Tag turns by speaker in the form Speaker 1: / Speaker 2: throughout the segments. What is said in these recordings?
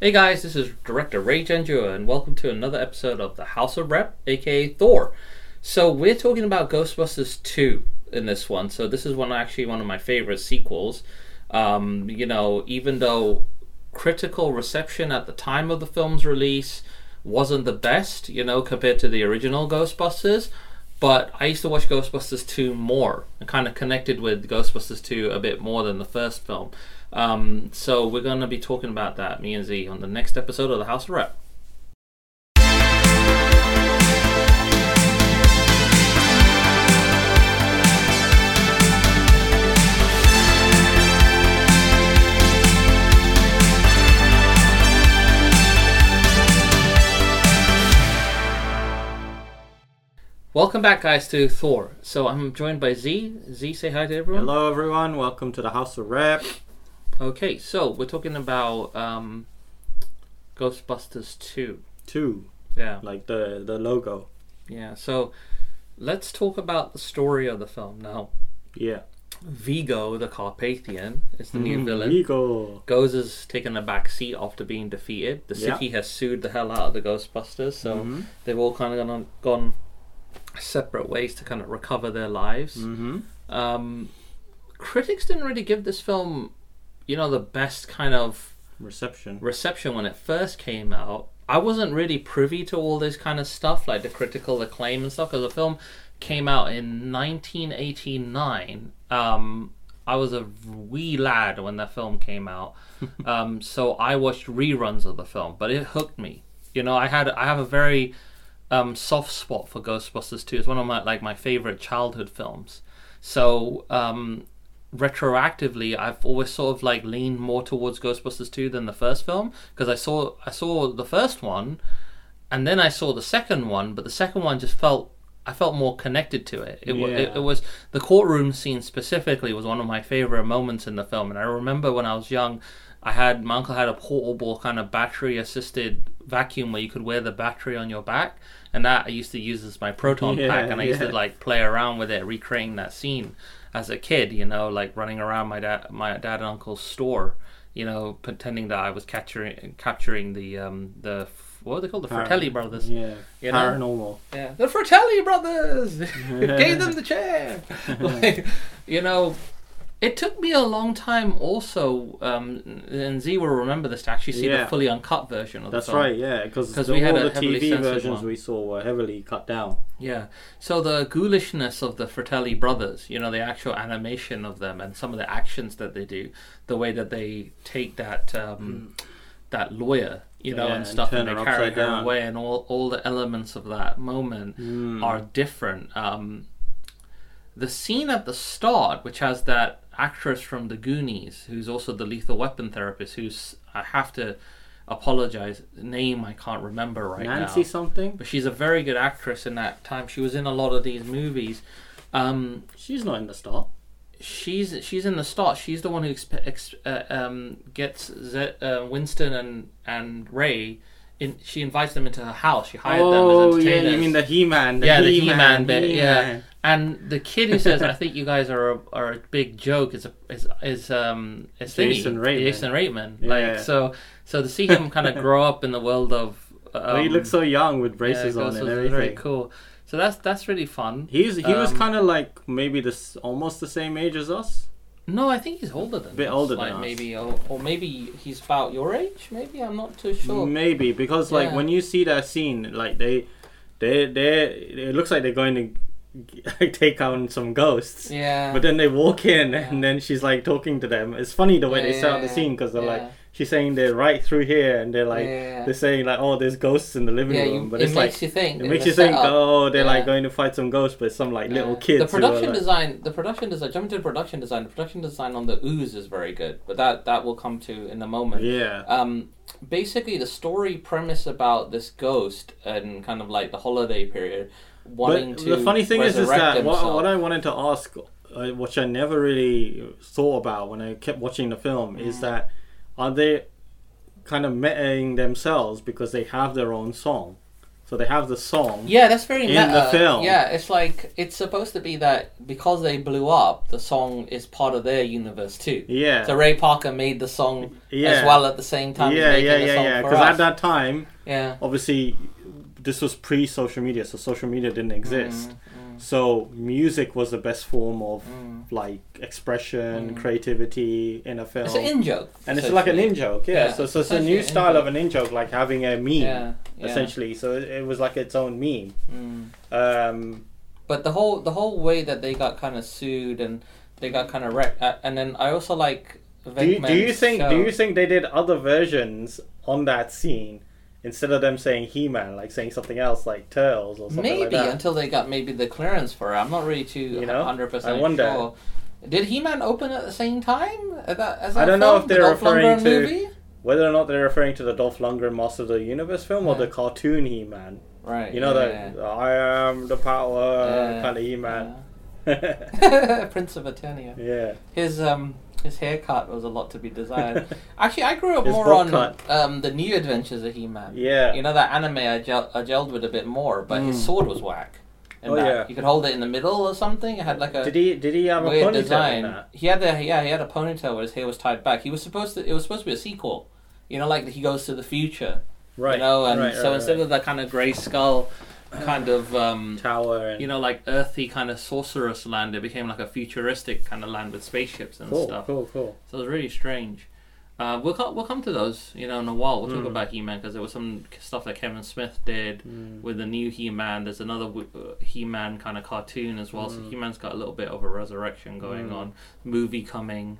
Speaker 1: Hey guys, this is director Ray Genjo, and welcome to another episode of the House of Rep, aka Thor. So we're talking about Ghostbusters 2 in this one. So this is one actually one of my favorite sequels. Um, you know, even though critical reception at the time of the film's release wasn't the best, you know, compared to the original Ghostbusters, but I used to watch Ghostbusters 2 more. I kind of connected with Ghostbusters 2 a bit more than the first film. Um, so we're going to be talking about that, me and Z, on the next episode of The House of Rep. Welcome back, guys, to Thor. So I'm joined by Z. Z, say hi to everyone.
Speaker 2: Hello, everyone. Welcome to the House of Rap.
Speaker 1: Okay, so we're talking about um, Ghostbusters 2.
Speaker 2: Two,
Speaker 1: Yeah,
Speaker 2: like the the logo.
Speaker 1: yeah. So let's talk about the story of the film now.
Speaker 2: Yeah.
Speaker 1: Vigo, the Carpathian, is the
Speaker 2: Mm-hmm.
Speaker 1: new villain.
Speaker 2: Eagle.
Speaker 1: Goes has taken a back seat after being defeated. The
Speaker 2: Yeah. Mm-hmm.
Speaker 1: city has sued the hell out of the Ghostbusters, so mm-hmm. they've all kind of gone, gone separate ways to kind of recover their lives.
Speaker 2: Mm-hmm.
Speaker 1: Um, critics didn't really give this film, you know, the best kind of
Speaker 2: Reception.
Speaker 1: reception when it first came out. I wasn't really privy to all this kind of stuff, like the critical acclaim and stuff, because the film came out in 1989. Um, I was a wee lad when that film came out, um, so I watched reruns of the film, but it hooked me. You know, I had I have a very um, soft spot for Ghostbusters 2. It's one of my like my favorite childhood films. So um, retroactively, I've always sort of like leaned more towards Ghostbusters 2 than the first film because I saw I saw the first one, and then I saw the second one, but the second one just felt I felt more connected to it. It, wa-
Speaker 2: Yeah.
Speaker 1: it, it was the courtroom scene specifically was one of my favorite moments in the film, and I remember when I was young. I had my uncle had a portable kind of battery assisted vacuum where you could wear the battery on your back, and that I used to use as my proton
Speaker 2: Yeah,
Speaker 1: pack, and I used to
Speaker 2: yeah.
Speaker 1: like play around with it, recreating that scene as a kid. You know, like running around my dad, my dad and uncle's store. You know, pretending that I was capturing capturing the um the f- what are they called the
Speaker 2: Par-
Speaker 1: Fratelli brothers.
Speaker 2: Yeah.
Speaker 1: You know?
Speaker 2: Paranormal.
Speaker 1: Yeah, the Fratelli brothers gave them the chair. like, you know, it took me a long time. Also, um, and Z will remember this to actually see
Speaker 2: Yeah.
Speaker 1: the fully uncut version of
Speaker 2: That's
Speaker 1: the film.
Speaker 2: right. Yeah, because
Speaker 1: 'Cause
Speaker 2: all
Speaker 1: we had a
Speaker 2: the
Speaker 1: heavily
Speaker 2: TV
Speaker 1: censored
Speaker 2: versions
Speaker 1: one.
Speaker 2: we saw were heavily cut down.
Speaker 1: Yeah. So the ghoulishness of the Fratelli brothers, you know, the actual animation of them and some of the actions that they do, the way that they take that um, that lawyer, you know,
Speaker 2: Mm. Yeah,
Speaker 1: and
Speaker 2: and
Speaker 1: stuff, and,
Speaker 2: turn
Speaker 1: they
Speaker 2: her
Speaker 1: carry
Speaker 2: upside
Speaker 1: her
Speaker 2: down. Mm.
Speaker 1: away, and all all the elements of that moment are different. Um, the scene at the start, which has that actress from The Goonies, who's also the lethal weapon therapist, who's I have to apologize name I can't remember right now
Speaker 2: Nancy something?
Speaker 1: but she's a very good actress in that time. She was in a lot of these movies. Um,
Speaker 2: She's not in the start.
Speaker 1: she's she's in the start. She's the one who exp- ex- uh, um, gets Z- uh, Winston and and Ray. In, she invites them into her house. She hired them
Speaker 2: Oh
Speaker 1: as
Speaker 2: yeah,
Speaker 1: entertainers.
Speaker 2: you mean the He-Man? The
Speaker 1: yeah, the
Speaker 2: He-Man,
Speaker 1: He-Man bit. Yeah,
Speaker 2: He-Man.
Speaker 1: and the kid who says, "I think you guys are a, are a big joke," is a, is is um is thingy,
Speaker 2: Jason Reitman.
Speaker 1: Jason Reitman.
Speaker 2: Yeah.
Speaker 1: Like so, so to see him kind of grow up in the world of. Um,
Speaker 2: Oh, he looks so young with braces
Speaker 1: yeah,
Speaker 2: on and
Speaker 1: Ghostbusters is
Speaker 2: everything.
Speaker 1: Very cool. So that's that's really fun.
Speaker 2: He's he was
Speaker 1: Um,
Speaker 2: kind of like maybe this almost the same age as us.
Speaker 1: No, I think he's older than
Speaker 2: Bit
Speaker 1: us,
Speaker 2: older than
Speaker 1: like
Speaker 2: us.
Speaker 1: maybe, or, or maybe he's about your age. Maybe I'm not too sure.
Speaker 2: Maybe because like
Speaker 1: Yeah.
Speaker 2: when you see that scene, like they, they, they, it looks like they're going to take on some ghosts.
Speaker 1: Yeah.
Speaker 2: But then they walk in, and then she's like talking to them. It's funny the way
Speaker 1: Yeah,
Speaker 2: they set
Speaker 1: yeah,
Speaker 2: out the
Speaker 1: yeah.
Speaker 2: scene because they're
Speaker 1: Yeah.
Speaker 2: like, she's saying they're right through here, and they're like,
Speaker 1: Yeah.
Speaker 2: they're saying like, oh, there's ghosts in the living
Speaker 1: yeah,
Speaker 2: room.
Speaker 1: you,
Speaker 2: but
Speaker 1: it
Speaker 2: it's
Speaker 1: makes
Speaker 2: like,
Speaker 1: you think.
Speaker 2: it
Speaker 1: in
Speaker 2: makes
Speaker 1: the
Speaker 2: you think,
Speaker 1: setup.
Speaker 2: oh, they're like
Speaker 1: Yeah.
Speaker 2: going to fight some ghosts, but it's some like little
Speaker 1: Yeah.
Speaker 2: kids.
Speaker 1: The
Speaker 2: who are,
Speaker 1: production
Speaker 2: like-
Speaker 1: design, the production design, jumping to the production design, the production design on the ooze is very good, but that that will come to in a moment.
Speaker 2: Yeah.
Speaker 1: Um, basically, the story premise about this ghost and kind of like the holiday period, wanting
Speaker 2: But
Speaker 1: to
Speaker 2: the funny thing is, is
Speaker 1: resurrect
Speaker 2: that what,
Speaker 1: himself.
Speaker 2: what I wanted to ask, uh, which I never really thought about when I kept watching the film, is that are they kind of metaing themselves because they have their own song? So they have the song.
Speaker 1: Yeah, that's very
Speaker 2: In the
Speaker 1: meta.
Speaker 2: film.
Speaker 1: Yeah, it's like it's supposed to be that because they blew up, the song is part of their universe too.
Speaker 2: Yeah.
Speaker 1: So Ray Parker made the song as
Speaker 2: Yeah.
Speaker 1: well at the same time. as
Speaker 2: yeah,
Speaker 1: making
Speaker 2: yeah,
Speaker 1: the
Speaker 2: yeah,
Speaker 1: song
Speaker 2: yeah.
Speaker 1: for
Speaker 2: Because
Speaker 1: us.
Speaker 2: at that time,
Speaker 1: yeah.
Speaker 2: obviously, this was pre-social media, so social media didn't exist. So music was the best form of like
Speaker 1: Mm.
Speaker 2: expression, creativity in a film.
Speaker 1: It's an in joke.
Speaker 2: and it's like an in joke, yeah.
Speaker 1: Yeah,
Speaker 2: So, so it's a
Speaker 1: essentially
Speaker 2: new
Speaker 1: an in
Speaker 2: style
Speaker 1: joke.
Speaker 2: of an in joke, like having a meme,
Speaker 1: Yeah, yeah.
Speaker 2: essentially. So it, it was like its own meme.
Speaker 1: Mm.
Speaker 2: Um,
Speaker 1: But the whole the whole way that they got kind of sued and they got kind of wrecked, uh, and then I also like.
Speaker 2: do you, do you
Speaker 1: Venkman's
Speaker 2: think do
Speaker 1: show.
Speaker 2: you think they did other versions on that scene instead of them saying He-Man, like saying something else, like Turtles or something like
Speaker 1: Maybe
Speaker 2: that?
Speaker 1: until they got maybe the clearance for it. I'm not really too
Speaker 2: You know?
Speaker 1: hundred
Speaker 2: I
Speaker 1: percent
Speaker 2: wonder.
Speaker 1: sure. Did He Man open at the same time? At that, as
Speaker 2: I
Speaker 1: that
Speaker 2: don't know
Speaker 1: film?
Speaker 2: if
Speaker 1: The
Speaker 2: they're
Speaker 1: Dolph Lundgren
Speaker 2: referring to-
Speaker 1: movie?
Speaker 2: Whether or not they're referring to the Dolph Lundgren Master of the Universe film or
Speaker 1: Yeah.
Speaker 2: the cartoon He-Man,
Speaker 1: Right.
Speaker 2: you know
Speaker 1: yeah,
Speaker 2: that I am the power
Speaker 1: Yeah.
Speaker 2: kind of He-Man.
Speaker 1: yeah. Prince of Eternia.
Speaker 2: yeah.
Speaker 1: His um his haircut was a lot to be desired. Actually, I grew up
Speaker 2: His
Speaker 1: more
Speaker 2: bob
Speaker 1: on
Speaker 2: cut.
Speaker 1: um, the New Adventures of He Man.
Speaker 2: Yeah. Mm.
Speaker 1: You know that anime I, gel- I gelled with a bit more, but his sword was whack. And
Speaker 2: Oh,
Speaker 1: that.
Speaker 2: yeah.
Speaker 1: You could hold it in the middle or something. It had like a
Speaker 2: Did he did he have a
Speaker 1: weird
Speaker 2: ponytail in
Speaker 1: design.
Speaker 2: that?
Speaker 1: He had a yeah, he had a ponytail where his hair was tied back. He was supposed to. It was supposed to be a sequel. You know, like he goes to the future.
Speaker 2: Right.
Speaker 1: You know, and
Speaker 2: right,
Speaker 1: so
Speaker 2: right,
Speaker 1: instead
Speaker 2: right.
Speaker 1: of that kind of grey skull, kind of um,
Speaker 2: tower and
Speaker 1: you know, like earthy kind of sorceress land, it became like a futuristic kind of land with spaceships and
Speaker 2: cool,
Speaker 1: stuff.
Speaker 2: cool, cool.
Speaker 1: So it was really strange. Uh, we'll come, we'll come to those, you know, in a while. We'll
Speaker 2: Hmm.
Speaker 1: talk about He-Man because there was some k- stuff that Kevin Smith did
Speaker 2: Mm.
Speaker 1: with the new He-Man. There's another w- uh, He-Man kind of cartoon as well. So He-Man's got a little bit of a resurrection going on, movie coming,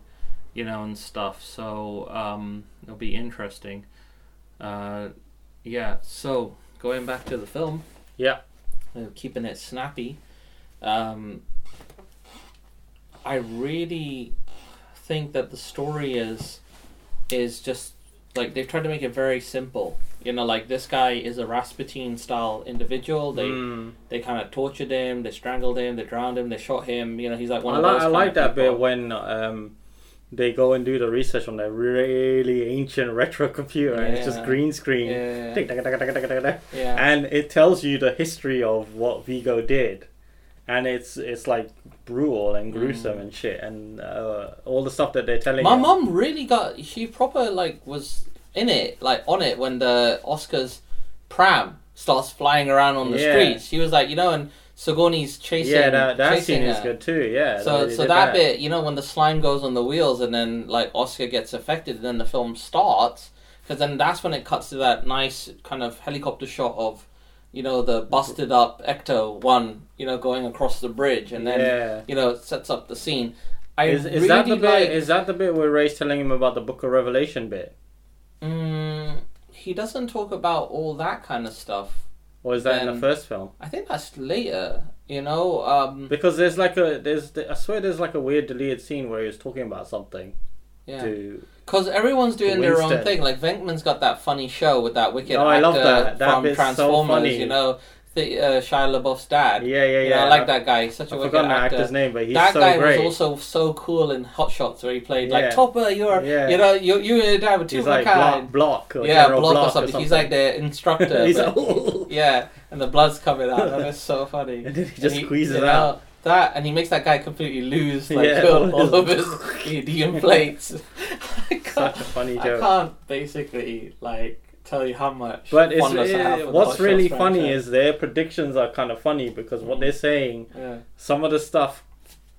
Speaker 1: you know, and stuff. So um, it'll be interesting. Uh, yeah. So going back to the film,
Speaker 2: Yeah.
Speaker 1: uh, keeping it snappy. Um, I really think that the story is is just like they've tried to make it very simple. You know, like this guy is a Rasputin style individual. They
Speaker 2: Mm.
Speaker 1: they kind of tortured him, they strangled him, they drowned him, they shot him. You know, he's like one
Speaker 2: I,
Speaker 1: of
Speaker 2: li-
Speaker 1: those.
Speaker 2: I
Speaker 1: kind
Speaker 2: like
Speaker 1: of
Speaker 2: that
Speaker 1: people.
Speaker 2: bit when um, they go and do the research on that really ancient retro computer and it's just
Speaker 1: Yeah.
Speaker 2: green screen.
Speaker 1: Yeah.
Speaker 2: Tick, tack, tack, tack, tack, tack, tack.
Speaker 1: Yeah.
Speaker 2: And it tells you the history of what Vigo did. And it's it's like brutal and gruesome and shit and uh, all the stuff that they're telling
Speaker 1: Mm. My
Speaker 2: you.
Speaker 1: mum really got she proper like was in it, like on it when the Oscars pram starts flying around on the
Speaker 2: Yeah.
Speaker 1: streets. She was like, you know, and Sigourney's chasing.
Speaker 2: yeah, that, that
Speaker 1: chasing
Speaker 2: scene is
Speaker 1: her.
Speaker 2: good too. Yeah.
Speaker 1: So,
Speaker 2: they
Speaker 1: so
Speaker 2: did
Speaker 1: that bit, you know, when the slime goes on the wheels and then like Oscar gets affected, and then the film starts because then that's when it cuts to that nice kind of helicopter shot of, you know, the busted up Ecto one, you know, going across the bridge, and then
Speaker 2: Yeah.
Speaker 1: you know it sets up the scene. I
Speaker 2: Is, is
Speaker 1: really
Speaker 2: that the bit?
Speaker 1: like.
Speaker 2: Is that the bit where Ray's telling him about the Book of Revelation bit,
Speaker 1: Mm, he doesn't talk about all that kind of stuff.
Speaker 2: or is that in
Speaker 1: Then-
Speaker 2: the first film?
Speaker 1: I think that's later. You know. Um,
Speaker 2: Because there's like a there's I swear there's like a weird deleted scene where he was talking about something
Speaker 1: yeah.
Speaker 2: to.
Speaker 1: Because everyone's doing their own
Speaker 2: Winston.
Speaker 1: thing. Like Venkman's got that funny show with that wicked
Speaker 2: Oh,
Speaker 1: actor
Speaker 2: I love that. That
Speaker 1: from
Speaker 2: bit's so
Speaker 1: Transformers.
Speaker 2: funny.
Speaker 1: You know, the, uh, Shia LaBeouf's dad.
Speaker 2: Yeah, yeah,
Speaker 1: You know,
Speaker 2: yeah.
Speaker 1: I like that guy. He's such a
Speaker 2: I've
Speaker 1: wicked
Speaker 2: forgotten the
Speaker 1: actor.
Speaker 2: actor's name, but he's
Speaker 1: that
Speaker 2: so
Speaker 1: guy
Speaker 2: great.
Speaker 1: was also so cool in Hot Shots, where he played
Speaker 2: Yeah.
Speaker 1: like Topper. You're,
Speaker 2: Yeah.
Speaker 1: you know, you you and your dad were two
Speaker 2: He's
Speaker 1: of a
Speaker 2: like
Speaker 1: kind.
Speaker 2: block, block, or
Speaker 1: yeah,
Speaker 2: General
Speaker 1: block, or, something. He's like the instructor.
Speaker 2: He's
Speaker 1: but-
Speaker 2: like, "Ooh."
Speaker 1: Yeah, and the blood's coming out. That is so funny.
Speaker 2: And then he just squeezes
Speaker 1: you
Speaker 2: it out.
Speaker 1: That and he makes that guy completely lose like
Speaker 2: Yeah,
Speaker 1: all, all
Speaker 2: all
Speaker 1: of
Speaker 2: his-
Speaker 1: his he deflates. I
Speaker 2: such
Speaker 1: can't,
Speaker 2: a funny
Speaker 1: I
Speaker 2: joke.
Speaker 1: can't basically like tell you how much.
Speaker 2: But it's,
Speaker 1: fondness I have for
Speaker 2: uh
Speaker 1: the
Speaker 2: what's
Speaker 1: Hot
Speaker 2: really
Speaker 1: Shots
Speaker 2: funny
Speaker 1: franchise.
Speaker 2: is their predictions are kind of funny because what they're saying,
Speaker 1: yeah,
Speaker 2: some of the stuff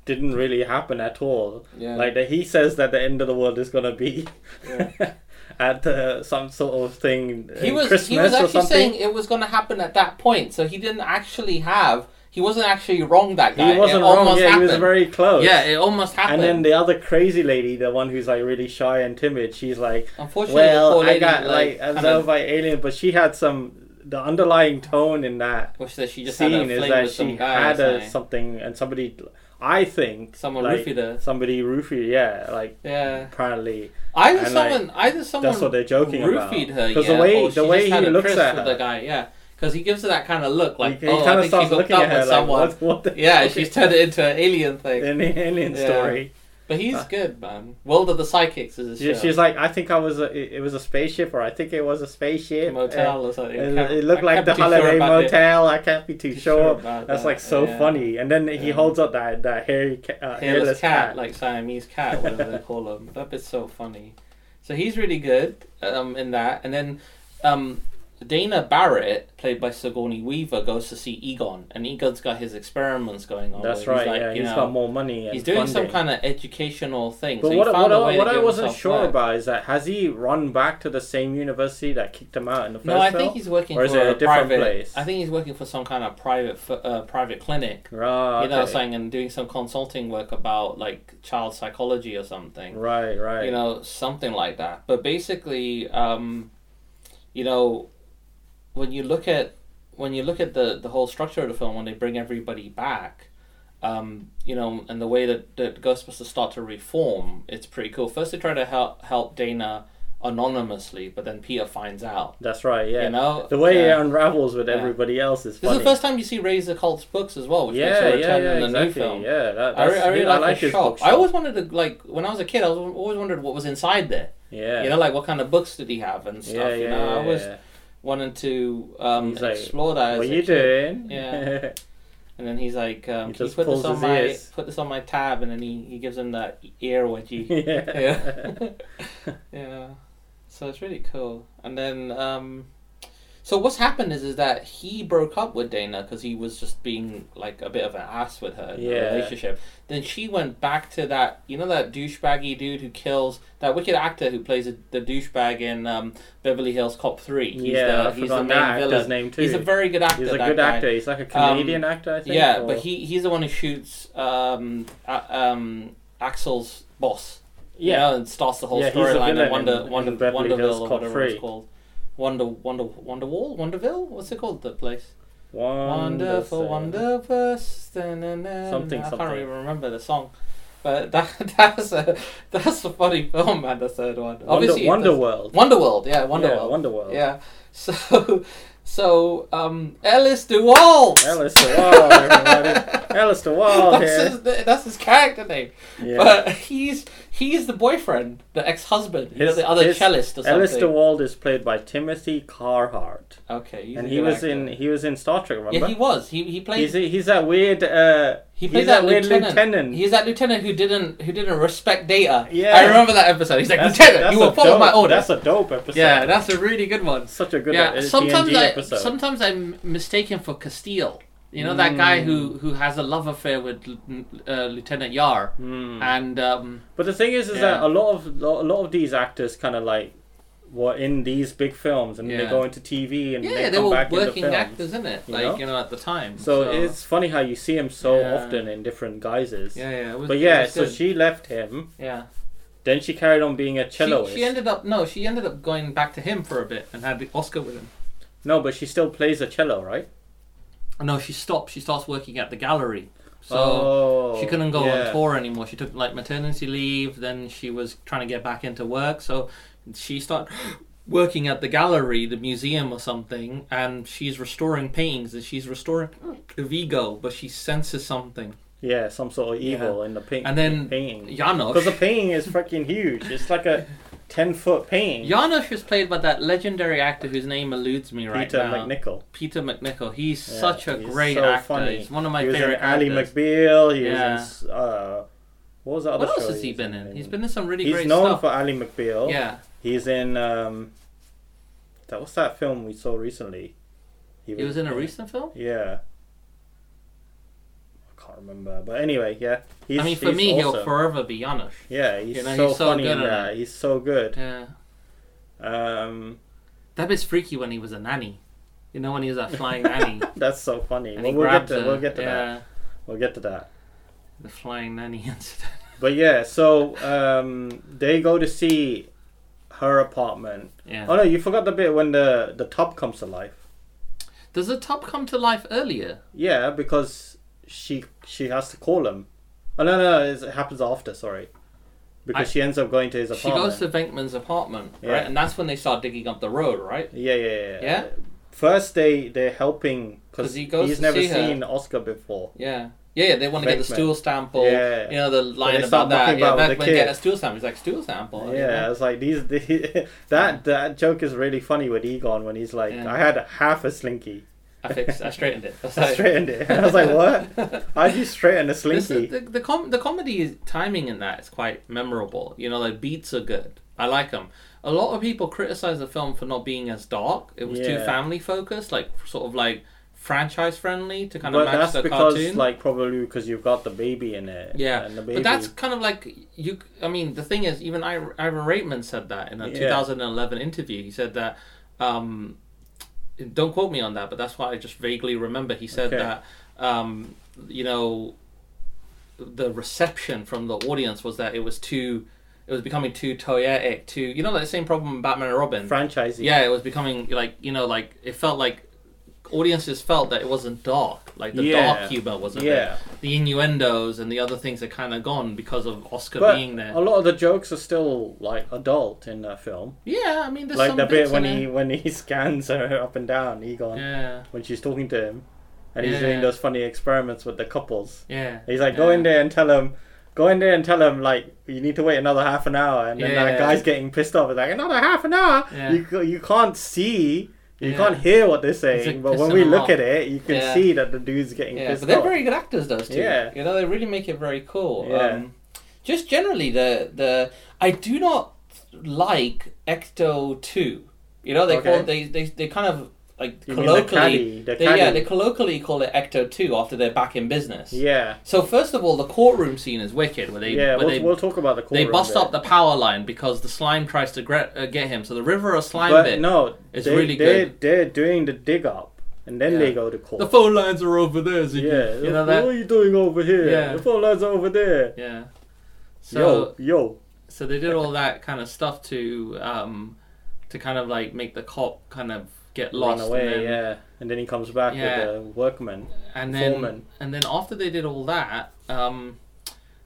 Speaker 2: didn't really happen at all.
Speaker 1: yeah,
Speaker 2: Like that he says that the end of the world is gonna be
Speaker 1: yeah.
Speaker 2: at uh, some sort of thing.
Speaker 1: he
Speaker 2: in
Speaker 1: was
Speaker 2: uh, Christmas
Speaker 1: he was
Speaker 2: or
Speaker 1: actually
Speaker 2: something.
Speaker 1: saying it was going to happen at that point, so he didn't actually have. He wasn't actually wrong. That guy.
Speaker 2: he wasn't
Speaker 1: it
Speaker 2: wrong.
Speaker 1: Almost
Speaker 2: Yeah,
Speaker 1: happened.
Speaker 2: he was very close.
Speaker 1: Yeah, it almost happened.
Speaker 2: And then the other crazy lady, the one who's like really shy and timid, she's like,
Speaker 1: Unfortunately, the
Speaker 2: "Well,
Speaker 1: poor
Speaker 2: I
Speaker 1: lady,
Speaker 2: got like
Speaker 1: kinda-
Speaker 2: observed by alien," but she had some the underlying tone in that
Speaker 1: Which that she just had a
Speaker 2: scene
Speaker 1: fling
Speaker 2: is that
Speaker 1: with some
Speaker 2: she
Speaker 1: guy
Speaker 2: had
Speaker 1: or
Speaker 2: a,
Speaker 1: something.
Speaker 2: something, and somebody, I think,
Speaker 1: Someone
Speaker 2: like,
Speaker 1: roofied her.
Speaker 2: Somebody roofied, yeah, like
Speaker 1: Yeah,
Speaker 2: apparently
Speaker 1: either
Speaker 2: And, like,
Speaker 1: someone, either someone.
Speaker 2: that's what they're joking about.
Speaker 1: roofied her.
Speaker 2: Because
Speaker 1: yeah,
Speaker 2: the way
Speaker 1: or she
Speaker 2: the way
Speaker 1: just had
Speaker 2: he
Speaker 1: a
Speaker 2: looks
Speaker 1: tryst
Speaker 2: at
Speaker 1: with
Speaker 2: her,
Speaker 1: the guy. Yeah, because he gives her that kind of look, like,
Speaker 2: he,
Speaker 1: oh,
Speaker 2: kind
Speaker 1: I
Speaker 2: of
Speaker 1: think she
Speaker 2: starts
Speaker 1: hooked
Speaker 2: looking
Speaker 1: up
Speaker 2: at her
Speaker 1: with
Speaker 2: like,
Speaker 1: someone.
Speaker 2: "What? what the
Speaker 1: Yeah,
Speaker 2: fuck
Speaker 1: she's
Speaker 2: is
Speaker 1: turned it into an alien thing.
Speaker 2: an alien
Speaker 1: Yeah.
Speaker 2: story."
Speaker 1: But he's good, man. World of the Psychics is his
Speaker 2: She,
Speaker 1: show.
Speaker 2: uh, she's like, I think I was a, it it was a spaceship, or I think it was a spaceship. uh,
Speaker 1: motel or something.
Speaker 2: It,
Speaker 1: Can't-
Speaker 2: it looked
Speaker 1: I
Speaker 2: like
Speaker 1: can't
Speaker 2: the
Speaker 1: be too sure
Speaker 2: holiday
Speaker 1: about it.
Speaker 2: motel. I can't be too,
Speaker 1: Too sure
Speaker 2: sure.
Speaker 1: about
Speaker 2: That's
Speaker 1: that,
Speaker 2: like so
Speaker 1: yeah.
Speaker 2: funny. And then he
Speaker 1: Yeah.
Speaker 2: holds up that that hairy ca- uh,
Speaker 1: hairless cat, like Siamese cat, whatever they call them. That bit's so funny. So he's really good um, in that. And then um, Dana Barrett, played by Sigourney Weaver, goes to see Egon, and Egon's got his experiments going on.
Speaker 2: That's
Speaker 1: where
Speaker 2: right.
Speaker 1: oh, He's like,
Speaker 2: yeah,
Speaker 1: you
Speaker 2: he's
Speaker 1: know,
Speaker 2: got more money. And
Speaker 1: He's doing some
Speaker 2: funding.
Speaker 1: kind of educational thing.
Speaker 2: But
Speaker 1: so
Speaker 2: what,
Speaker 1: he
Speaker 2: what,
Speaker 1: found a
Speaker 2: I-
Speaker 1: way
Speaker 2: what
Speaker 1: to
Speaker 2: I
Speaker 1: give
Speaker 2: wasn't
Speaker 1: himself
Speaker 2: sure
Speaker 1: work.
Speaker 2: about is that has he run back to the same university that kicked him out in the first
Speaker 1: No, I
Speaker 2: film?
Speaker 1: think he's working
Speaker 2: Or
Speaker 1: for
Speaker 2: is it a different
Speaker 1: private.
Speaker 2: place?
Speaker 1: I think he's working for some kind of private f- uh, private clinic.
Speaker 2: Right.
Speaker 1: You know,
Speaker 2: okay.
Speaker 1: saying and doing some consulting work about like child psychology or something.
Speaker 2: Right. Right.
Speaker 1: you know something like that but basically um you know when you look at when you look at the the whole structure of the film when they bring everybody back um you know and the way that that ghostbusters start to reform it's pretty cool first they try to help help dana anonymously but then peter finds out
Speaker 2: That's right. Yeah.
Speaker 1: you know
Speaker 2: the way
Speaker 1: Yeah.
Speaker 2: it unravels with
Speaker 1: Yeah.
Speaker 2: everybody else is
Speaker 1: this is
Speaker 2: funny.
Speaker 1: the first time you see Razor Colt's books as well, which makes a
Speaker 2: yeah, yeah,
Speaker 1: return
Speaker 2: yeah,
Speaker 1: in the
Speaker 2: exactly.
Speaker 1: new film.
Speaker 2: Yeah, that, that's,
Speaker 1: I, re- I really
Speaker 2: I
Speaker 1: like,
Speaker 2: like
Speaker 1: his
Speaker 2: his
Speaker 1: shop.
Speaker 2: bookshop.
Speaker 1: I always wanted to like when I was a kid. I was always wondered what was inside there.
Speaker 2: yeah,
Speaker 1: You know, like what kind of books did he have and stuff. you know, I uh, always
Speaker 2: yeah.
Speaker 1: wanted to um,
Speaker 2: He's like,
Speaker 1: explore that. as
Speaker 2: What
Speaker 1: a
Speaker 2: you
Speaker 1: kid."
Speaker 2: doing?
Speaker 1: Yeah. And then he's like, um,
Speaker 2: He
Speaker 1: "Can you
Speaker 2: just
Speaker 1: put this
Speaker 2: pulls
Speaker 1: on
Speaker 2: his
Speaker 1: my
Speaker 2: ears.
Speaker 1: put this on my tab?" And then he, he gives him that e-, ear wedgie.
Speaker 2: yeah.
Speaker 1: yeah, yeah. So it's really cool. And then, um, so what's happened is is that he broke up with Dana because he was just being like a bit of an ass with her in the
Speaker 2: Yeah.
Speaker 1: relationship. Then she went back to that you know that douchebaggy dude who kills that wicked actor who plays a, the douchebag in um, Beverly Hills Cop Three. He's
Speaker 2: Yeah,
Speaker 1: the,
Speaker 2: I
Speaker 1: he's
Speaker 2: forgot
Speaker 1: the main
Speaker 2: that actor's
Speaker 1: villain.
Speaker 2: name
Speaker 1: He's a
Speaker 2: too.
Speaker 1: very good actor.
Speaker 2: He's a
Speaker 1: that
Speaker 2: good
Speaker 1: guy.
Speaker 2: actor. He's like a
Speaker 1: Um,
Speaker 2: comedian actor, I think.
Speaker 1: Yeah,
Speaker 2: or-
Speaker 1: but he he's the one who shoots um, a, um, Axel's boss. Yeah,
Speaker 2: Yeah.
Speaker 1: and starts the whole
Speaker 2: Yeah, he's the
Speaker 1: storyline
Speaker 2: villain
Speaker 1: and Wonder
Speaker 2: in-
Speaker 1: Wonder
Speaker 2: in Beverly
Speaker 1: Wonderville
Speaker 2: Hills
Speaker 1: or
Speaker 2: Cop
Speaker 1: whatever it's
Speaker 2: Three.
Speaker 1: called. Wonder Wonder Wonderwall Wonderville. What's it called? The place. Wonderful
Speaker 2: Wonderful,
Speaker 1: Wonderverse. da-na-na-na.
Speaker 2: Something,
Speaker 1: I can't
Speaker 2: something.
Speaker 1: even remember the song, but that that's a that's a funny film, man. The third one.
Speaker 2: Wonder,
Speaker 1: Obviously,
Speaker 2: Wonder
Speaker 1: Wonderworld.
Speaker 2: World.
Speaker 1: Wonderworld. Yeah, Wonderworld.
Speaker 2: Yeah, Wonderworld.
Speaker 1: Yeah. So, so um, Ellis Duval.
Speaker 2: Alice the Wall, everybody. Alice the Wall
Speaker 1: That's
Speaker 2: here.
Speaker 1: his, that's his character name.
Speaker 2: Yeah.
Speaker 1: But he's he's the boyfriend, the ex-husband, you know, the other
Speaker 2: his-
Speaker 1: cellist or
Speaker 2: Alice the
Speaker 1: something.
Speaker 2: Wall is played by Timothy Carhart,
Speaker 1: okay, he's a
Speaker 2: and he
Speaker 1: good
Speaker 2: was
Speaker 1: actor.
Speaker 2: in he was in Star Trek. Remember?
Speaker 1: Yeah, he was. He he played.
Speaker 2: he's he's that weird. Uh,
Speaker 1: he
Speaker 2: he's
Speaker 1: played that,
Speaker 2: weird
Speaker 1: lieutenant.
Speaker 2: lieutenant.
Speaker 1: He's that lieutenant who didn't who didn't respect data.
Speaker 2: Yeah.
Speaker 1: I remember that episode. He's like,
Speaker 2: That's-
Speaker 1: Lieutenant,
Speaker 2: that's
Speaker 1: you will
Speaker 2: a
Speaker 1: follow
Speaker 2: dope-
Speaker 1: my orders.
Speaker 2: That's a dope episode.
Speaker 1: yeah, that's a really good one.
Speaker 2: such a good
Speaker 1: yeah,
Speaker 2: uh,
Speaker 1: sometimes
Speaker 2: TNG
Speaker 1: I
Speaker 2: episode.
Speaker 1: sometimes I'm mistaken for Castile. You know that guy
Speaker 2: Mm.
Speaker 1: who who has a love affair with uh, Lieutenant Yar,
Speaker 2: Mm.
Speaker 1: and um,
Speaker 2: Hmm. But the thing is, is that
Speaker 1: Yeah.
Speaker 2: a lot of lo- a lot of these actors kind of like were in these big films, and
Speaker 1: Yeah.
Speaker 2: they go into TV, and
Speaker 1: yeah,
Speaker 2: they
Speaker 1: they
Speaker 2: come
Speaker 1: were
Speaker 2: back into
Speaker 1: working
Speaker 2: films.
Speaker 1: actors, isn't it?
Speaker 2: you
Speaker 1: Like
Speaker 2: know?
Speaker 1: you know at the time.
Speaker 2: So, it's funny how you see him so
Speaker 1: Yeah.
Speaker 2: often in different guises.
Speaker 1: yeah, yeah. It was,
Speaker 2: But
Speaker 1: it
Speaker 2: yeah,
Speaker 1: was
Speaker 2: so
Speaker 1: good.
Speaker 2: she left him.
Speaker 1: yeah.
Speaker 2: Then she carried on being a
Speaker 1: She,
Speaker 2: celloist.
Speaker 1: she ended up no, she ended up going back to him for a bit and had the Oscar with him.
Speaker 2: no, but she still plays a cello, right?
Speaker 1: No, she stopped. She starts working at the gallery. So
Speaker 2: oh,
Speaker 1: she couldn't go
Speaker 2: yeah.
Speaker 1: on tour anymore. She took like maternity leave. Then she was trying to get back into work. So she started working at the gallery, the museum or something, and she's restoring paintings and she's restoring Vigo, but she senses something.
Speaker 2: Yeah, some sort of evil in the paint.
Speaker 1: And then
Speaker 2: painting. Mm. Because the
Speaker 1: Janosch.
Speaker 2: painting is freaking huge. It's like a ten foot painting.
Speaker 1: Janosch was played by that legendary actor whose name eludes me right
Speaker 2: Peter
Speaker 1: now.
Speaker 2: McNichol.
Speaker 1: Peter McNichol. He's
Speaker 2: Yeah,
Speaker 1: such a
Speaker 2: he's
Speaker 1: great
Speaker 2: so
Speaker 1: actor.
Speaker 2: funny.
Speaker 1: He's one of my
Speaker 2: he was
Speaker 1: favorite
Speaker 2: in Ali
Speaker 1: actors.
Speaker 2: McBeal. He
Speaker 1: Yeah.
Speaker 2: was in. Uh, what was the other
Speaker 1: What else
Speaker 2: show
Speaker 1: has he
Speaker 2: was
Speaker 1: been in? He's been in some really
Speaker 2: He's
Speaker 1: great
Speaker 2: known
Speaker 1: stuff.
Speaker 2: for Ali McBeal.
Speaker 1: yeah,
Speaker 2: He's in. Um, that was that film we saw recently.
Speaker 1: he was in a recent film.
Speaker 2: Yeah. I can't remember, but anyway, yeah. He's,
Speaker 1: I mean, for
Speaker 2: he's
Speaker 1: me, he'll
Speaker 2: awesome.
Speaker 1: forever be Janosch.
Speaker 2: Yeah, he's
Speaker 1: you know,
Speaker 2: so
Speaker 1: he's so
Speaker 2: funny
Speaker 1: good
Speaker 2: in
Speaker 1: in
Speaker 2: that.
Speaker 1: it.
Speaker 2: He's so good.
Speaker 1: Yeah,
Speaker 2: Um,
Speaker 1: that bit's freaky when he was a nanny. You know, when he was a flying nanny.
Speaker 2: that's so funny.
Speaker 1: And
Speaker 2: Well,
Speaker 1: he
Speaker 2: we'll get
Speaker 1: grabs
Speaker 2: to
Speaker 1: her.
Speaker 2: we'll get to that.
Speaker 1: yeah,
Speaker 2: We'll get to that.
Speaker 1: the flying nanny incident.
Speaker 2: But yeah, so um, they go to see her apartment.
Speaker 1: Yeah.
Speaker 2: Oh no, you forgot the bit when the the top comes to life.
Speaker 1: Does the top come to life earlier?
Speaker 2: Yeah, because she she has to call him. Oh no, no, it's- it happens after. Sorry, because
Speaker 1: I-
Speaker 2: she ends up going to his
Speaker 1: She goes
Speaker 2: apartment.
Speaker 1: to Venkman's apartment,
Speaker 2: Yeah.
Speaker 1: right? And that's when they start digging up the road, right?
Speaker 2: Yeah, yeah, yeah.
Speaker 1: Yeah?
Speaker 2: First, they they're helping
Speaker 1: 'Cause
Speaker 2: because
Speaker 1: he goes
Speaker 2: he's
Speaker 1: to
Speaker 2: never
Speaker 1: see her.
Speaker 2: seen Oscar before.
Speaker 1: Yeah. Yeah, yeah, they want to get the
Speaker 2: Bankman.
Speaker 1: steel sample.
Speaker 2: Yeah.
Speaker 1: You know the line about
Speaker 2: they start
Speaker 1: that.
Speaker 2: talking
Speaker 1: Yeah,
Speaker 2: about
Speaker 1: back
Speaker 2: the
Speaker 1: when get
Speaker 2: kid.
Speaker 1: a steel sample, he's like steel sample. you
Speaker 2: Yeah,
Speaker 1: know?
Speaker 2: it's like these. The,
Speaker 1: Yeah.
Speaker 2: that that joke is really funny with Egon when he's like,
Speaker 1: Um, Yeah.
Speaker 2: "I had half a slinky,
Speaker 1: I fixed, I straightened it. I, was
Speaker 2: I
Speaker 1: like-
Speaker 2: straightened it." I was like, "What? How'd you straighten a
Speaker 1: This-
Speaker 2: slinky?"
Speaker 1: the the, com- the comedy is- timing in that is quite memorable. You know, the beats are good. I like them. A lot of people criticize the film for not being as dark. It was too
Speaker 2: Yeah.
Speaker 1: family focused, like sort of like franchise friendly to kind of
Speaker 2: but
Speaker 1: match
Speaker 2: that's
Speaker 1: the
Speaker 2: because,
Speaker 1: cartoon.
Speaker 2: like, probably because you've got the baby in it.
Speaker 1: yeah,
Speaker 2: and the baby.
Speaker 1: but that's kind of like you. I mean, the thing is, even I- Ivan Reitman said that in a
Speaker 2: Yeah.
Speaker 1: 2011 interview. He said that. Um, don't quote me on that, but that's what I just vaguely remember. He said
Speaker 2: Okay.
Speaker 1: that um, you know the reception from the audience was that it was too, it was becoming too toyetic, too. You know, like the same problem in Batman and Robin.
Speaker 2: franchisee.
Speaker 1: Yeah, it was becoming like you know, like it felt like audiences felt that it wasn't dark. Like the
Speaker 2: Yeah.
Speaker 1: dark humor wasn't
Speaker 2: Yeah.
Speaker 1: there. The innuendos and the other things are kind of gone because of Oscar
Speaker 2: But
Speaker 1: being there.
Speaker 2: a lot of the jokes are still like adult in that film,
Speaker 1: yeah, I mean, there's
Speaker 2: like
Speaker 1: some
Speaker 2: the
Speaker 1: bits
Speaker 2: bit when
Speaker 1: in
Speaker 2: he
Speaker 1: it.
Speaker 2: when he scans her up and down, Egon,
Speaker 1: Yeah,
Speaker 2: when she's talking to him, and he's
Speaker 1: Yeah.
Speaker 2: doing those funny experiments with the couples.
Speaker 1: yeah.
Speaker 2: He's like, go
Speaker 1: yeah.
Speaker 2: in there and tell him, go in there and tell him, like, you need to wait another half an hour. And then
Speaker 1: Yeah.
Speaker 2: that guy's getting pissed off. He's like, another half an hour?
Speaker 1: Yeah.
Speaker 2: You, c- you can't see, you
Speaker 1: Yeah.
Speaker 2: can't hear what they're
Speaker 1: like
Speaker 2: saying. but when
Speaker 1: pissing
Speaker 2: we
Speaker 1: them
Speaker 2: look
Speaker 1: off.
Speaker 2: at it, you can
Speaker 1: Yeah.
Speaker 2: see that the dude's getting
Speaker 1: Yeah,
Speaker 2: pissed
Speaker 1: but they're
Speaker 2: off.
Speaker 1: very good actors, those two.
Speaker 2: Yeah.
Speaker 1: you know, they really make it very cool.
Speaker 2: Yeah.
Speaker 1: Um, just generally, the the I do not like Ecto Two. You know, they
Speaker 2: Okay.
Speaker 1: call they, they they kind of like
Speaker 2: You mean the
Speaker 1: colloquially
Speaker 2: caddy? The
Speaker 1: they, yeah
Speaker 2: caddy?
Speaker 1: they colloquially call it Ecto Two after they're back in business.
Speaker 2: Yeah.
Speaker 1: So first of all, the courtroom scene is wicked, where they
Speaker 2: Yeah,
Speaker 1: where
Speaker 2: we'll,
Speaker 1: they,
Speaker 2: we'll talk about the
Speaker 1: they
Speaker 2: courtroom
Speaker 1: bust
Speaker 2: bit.
Speaker 1: up the power line because the slime tries to gre- uh, get him. So the river of slime
Speaker 2: But
Speaker 1: bit,
Speaker 2: no,
Speaker 1: It's
Speaker 2: they,
Speaker 1: really
Speaker 2: they're,
Speaker 1: good.
Speaker 2: They're doing the dig up, and then
Speaker 1: Yeah.
Speaker 2: they go to court.
Speaker 1: the phone lines are over there. Ziggy.
Speaker 2: yeah, oh,
Speaker 1: you know
Speaker 2: what
Speaker 1: that.
Speaker 2: are you doing over here?
Speaker 1: Yeah.
Speaker 2: The phone lines are over there.
Speaker 1: Yeah. So
Speaker 2: yo, yo.
Speaker 1: so they did all that kind of stuff to um to kind of like make the cop kind of get lost
Speaker 2: Run away,
Speaker 1: and then,
Speaker 2: yeah. And then he comes back
Speaker 1: Yeah.
Speaker 2: with the workman.
Speaker 1: and then
Speaker 2: Foreman.
Speaker 1: and then after they did all that um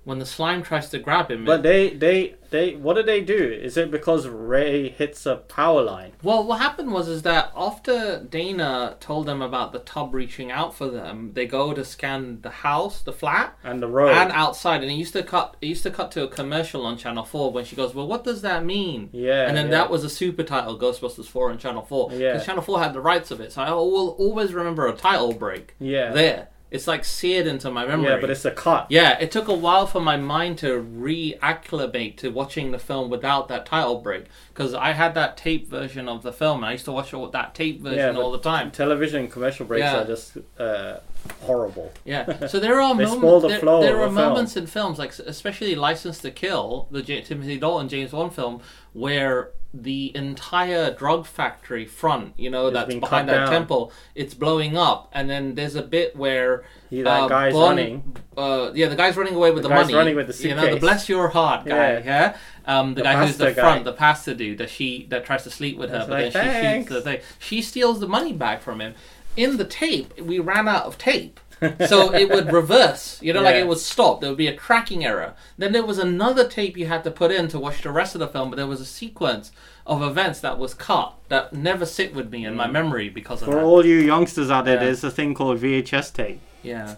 Speaker 1: when the slime tries to grab him
Speaker 2: But
Speaker 1: it-
Speaker 2: they, they, they, what do they do? Is it because Ray hits a power line?
Speaker 1: well what happened was is that after Dana told them about the tub reaching out for them they go to scan the house the flat
Speaker 2: And the road.
Speaker 1: and outside and it used to cut it used to cut to a commercial on channel 4 when she goes well what does that mean
Speaker 2: Yeah,
Speaker 1: and then
Speaker 2: yeah.
Speaker 1: that was a super title ghostbusters 4 on channel 4
Speaker 2: Yeah.
Speaker 1: because channel 4 had the rights of it so i will always remember a title break
Speaker 2: yeah.
Speaker 1: there it's like seared into my memory
Speaker 2: yeah, but it's a cut.
Speaker 1: yeah, it took a while for my mind to reacclimate to watching the film without that title break because I had that tape version of the film and I used to watch all that tape version
Speaker 2: but-
Speaker 1: all the time.
Speaker 2: Television commercial breaks
Speaker 1: Yeah.
Speaker 2: are just uh, horrible.
Speaker 1: Yeah. So there are
Speaker 2: They
Speaker 1: moments.
Speaker 2: spoil the
Speaker 1: there,
Speaker 2: flow
Speaker 1: there
Speaker 2: of
Speaker 1: are
Speaker 2: a film.
Speaker 1: moments in films, like s- especially *License to Kill*, the J- Timothy Dalton James Bond film, where the entire drug factory front, you know, that's
Speaker 2: been
Speaker 1: behind
Speaker 2: cut
Speaker 1: that
Speaker 2: down.
Speaker 1: temple, it's blowing up, and then there's a bit where
Speaker 2: He- that
Speaker 1: uh,
Speaker 2: guy's
Speaker 1: Bond-
Speaker 2: running.
Speaker 1: Uh, yeah, the guy's running away with the,
Speaker 2: guy's
Speaker 1: money.
Speaker 2: running with the
Speaker 1: You know, the
Speaker 2: suitcase.
Speaker 1: bless your heart guy. Yeah. Um, the,
Speaker 2: The
Speaker 1: guy who's the
Speaker 2: pasta guy.
Speaker 1: front, the pastor dude that she that tries to sleep with her,
Speaker 2: It's
Speaker 1: but
Speaker 2: like,
Speaker 1: then she
Speaker 2: "Thanks."
Speaker 1: shoots the thing. She steals the money back from him. In the tape, we ran out of tape. so it would reverse, you know, like
Speaker 2: Yeah.
Speaker 1: it would stop. There would be a tracking error. Then there was another tape you had to put in to watch the rest of the film, but there was a sequence of events that was cut that never sit with me in my memory because of
Speaker 2: Mm. For
Speaker 1: that.
Speaker 2: all you youngsters out there,
Speaker 1: Yeah.
Speaker 2: there's a thing called VHS tape.
Speaker 1: yeah,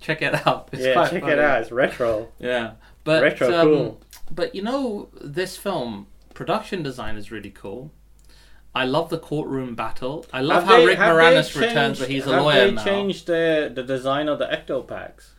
Speaker 1: check it out. It's
Speaker 2: yeah,
Speaker 1: quite
Speaker 2: check it
Speaker 1: funny.
Speaker 2: out. It's retro.
Speaker 1: Yeah, but
Speaker 2: Retro,
Speaker 1: um,
Speaker 2: cool.
Speaker 1: But you know, this film production design is really cool. I love the courtroom battle. I love how Rick
Speaker 2: have
Speaker 1: Moranis
Speaker 2: they
Speaker 1: returns,
Speaker 2: changed-
Speaker 1: but he's a
Speaker 2: have
Speaker 1: lawyer
Speaker 2: they
Speaker 1: now.
Speaker 2: changed the, the design of the ecto packs?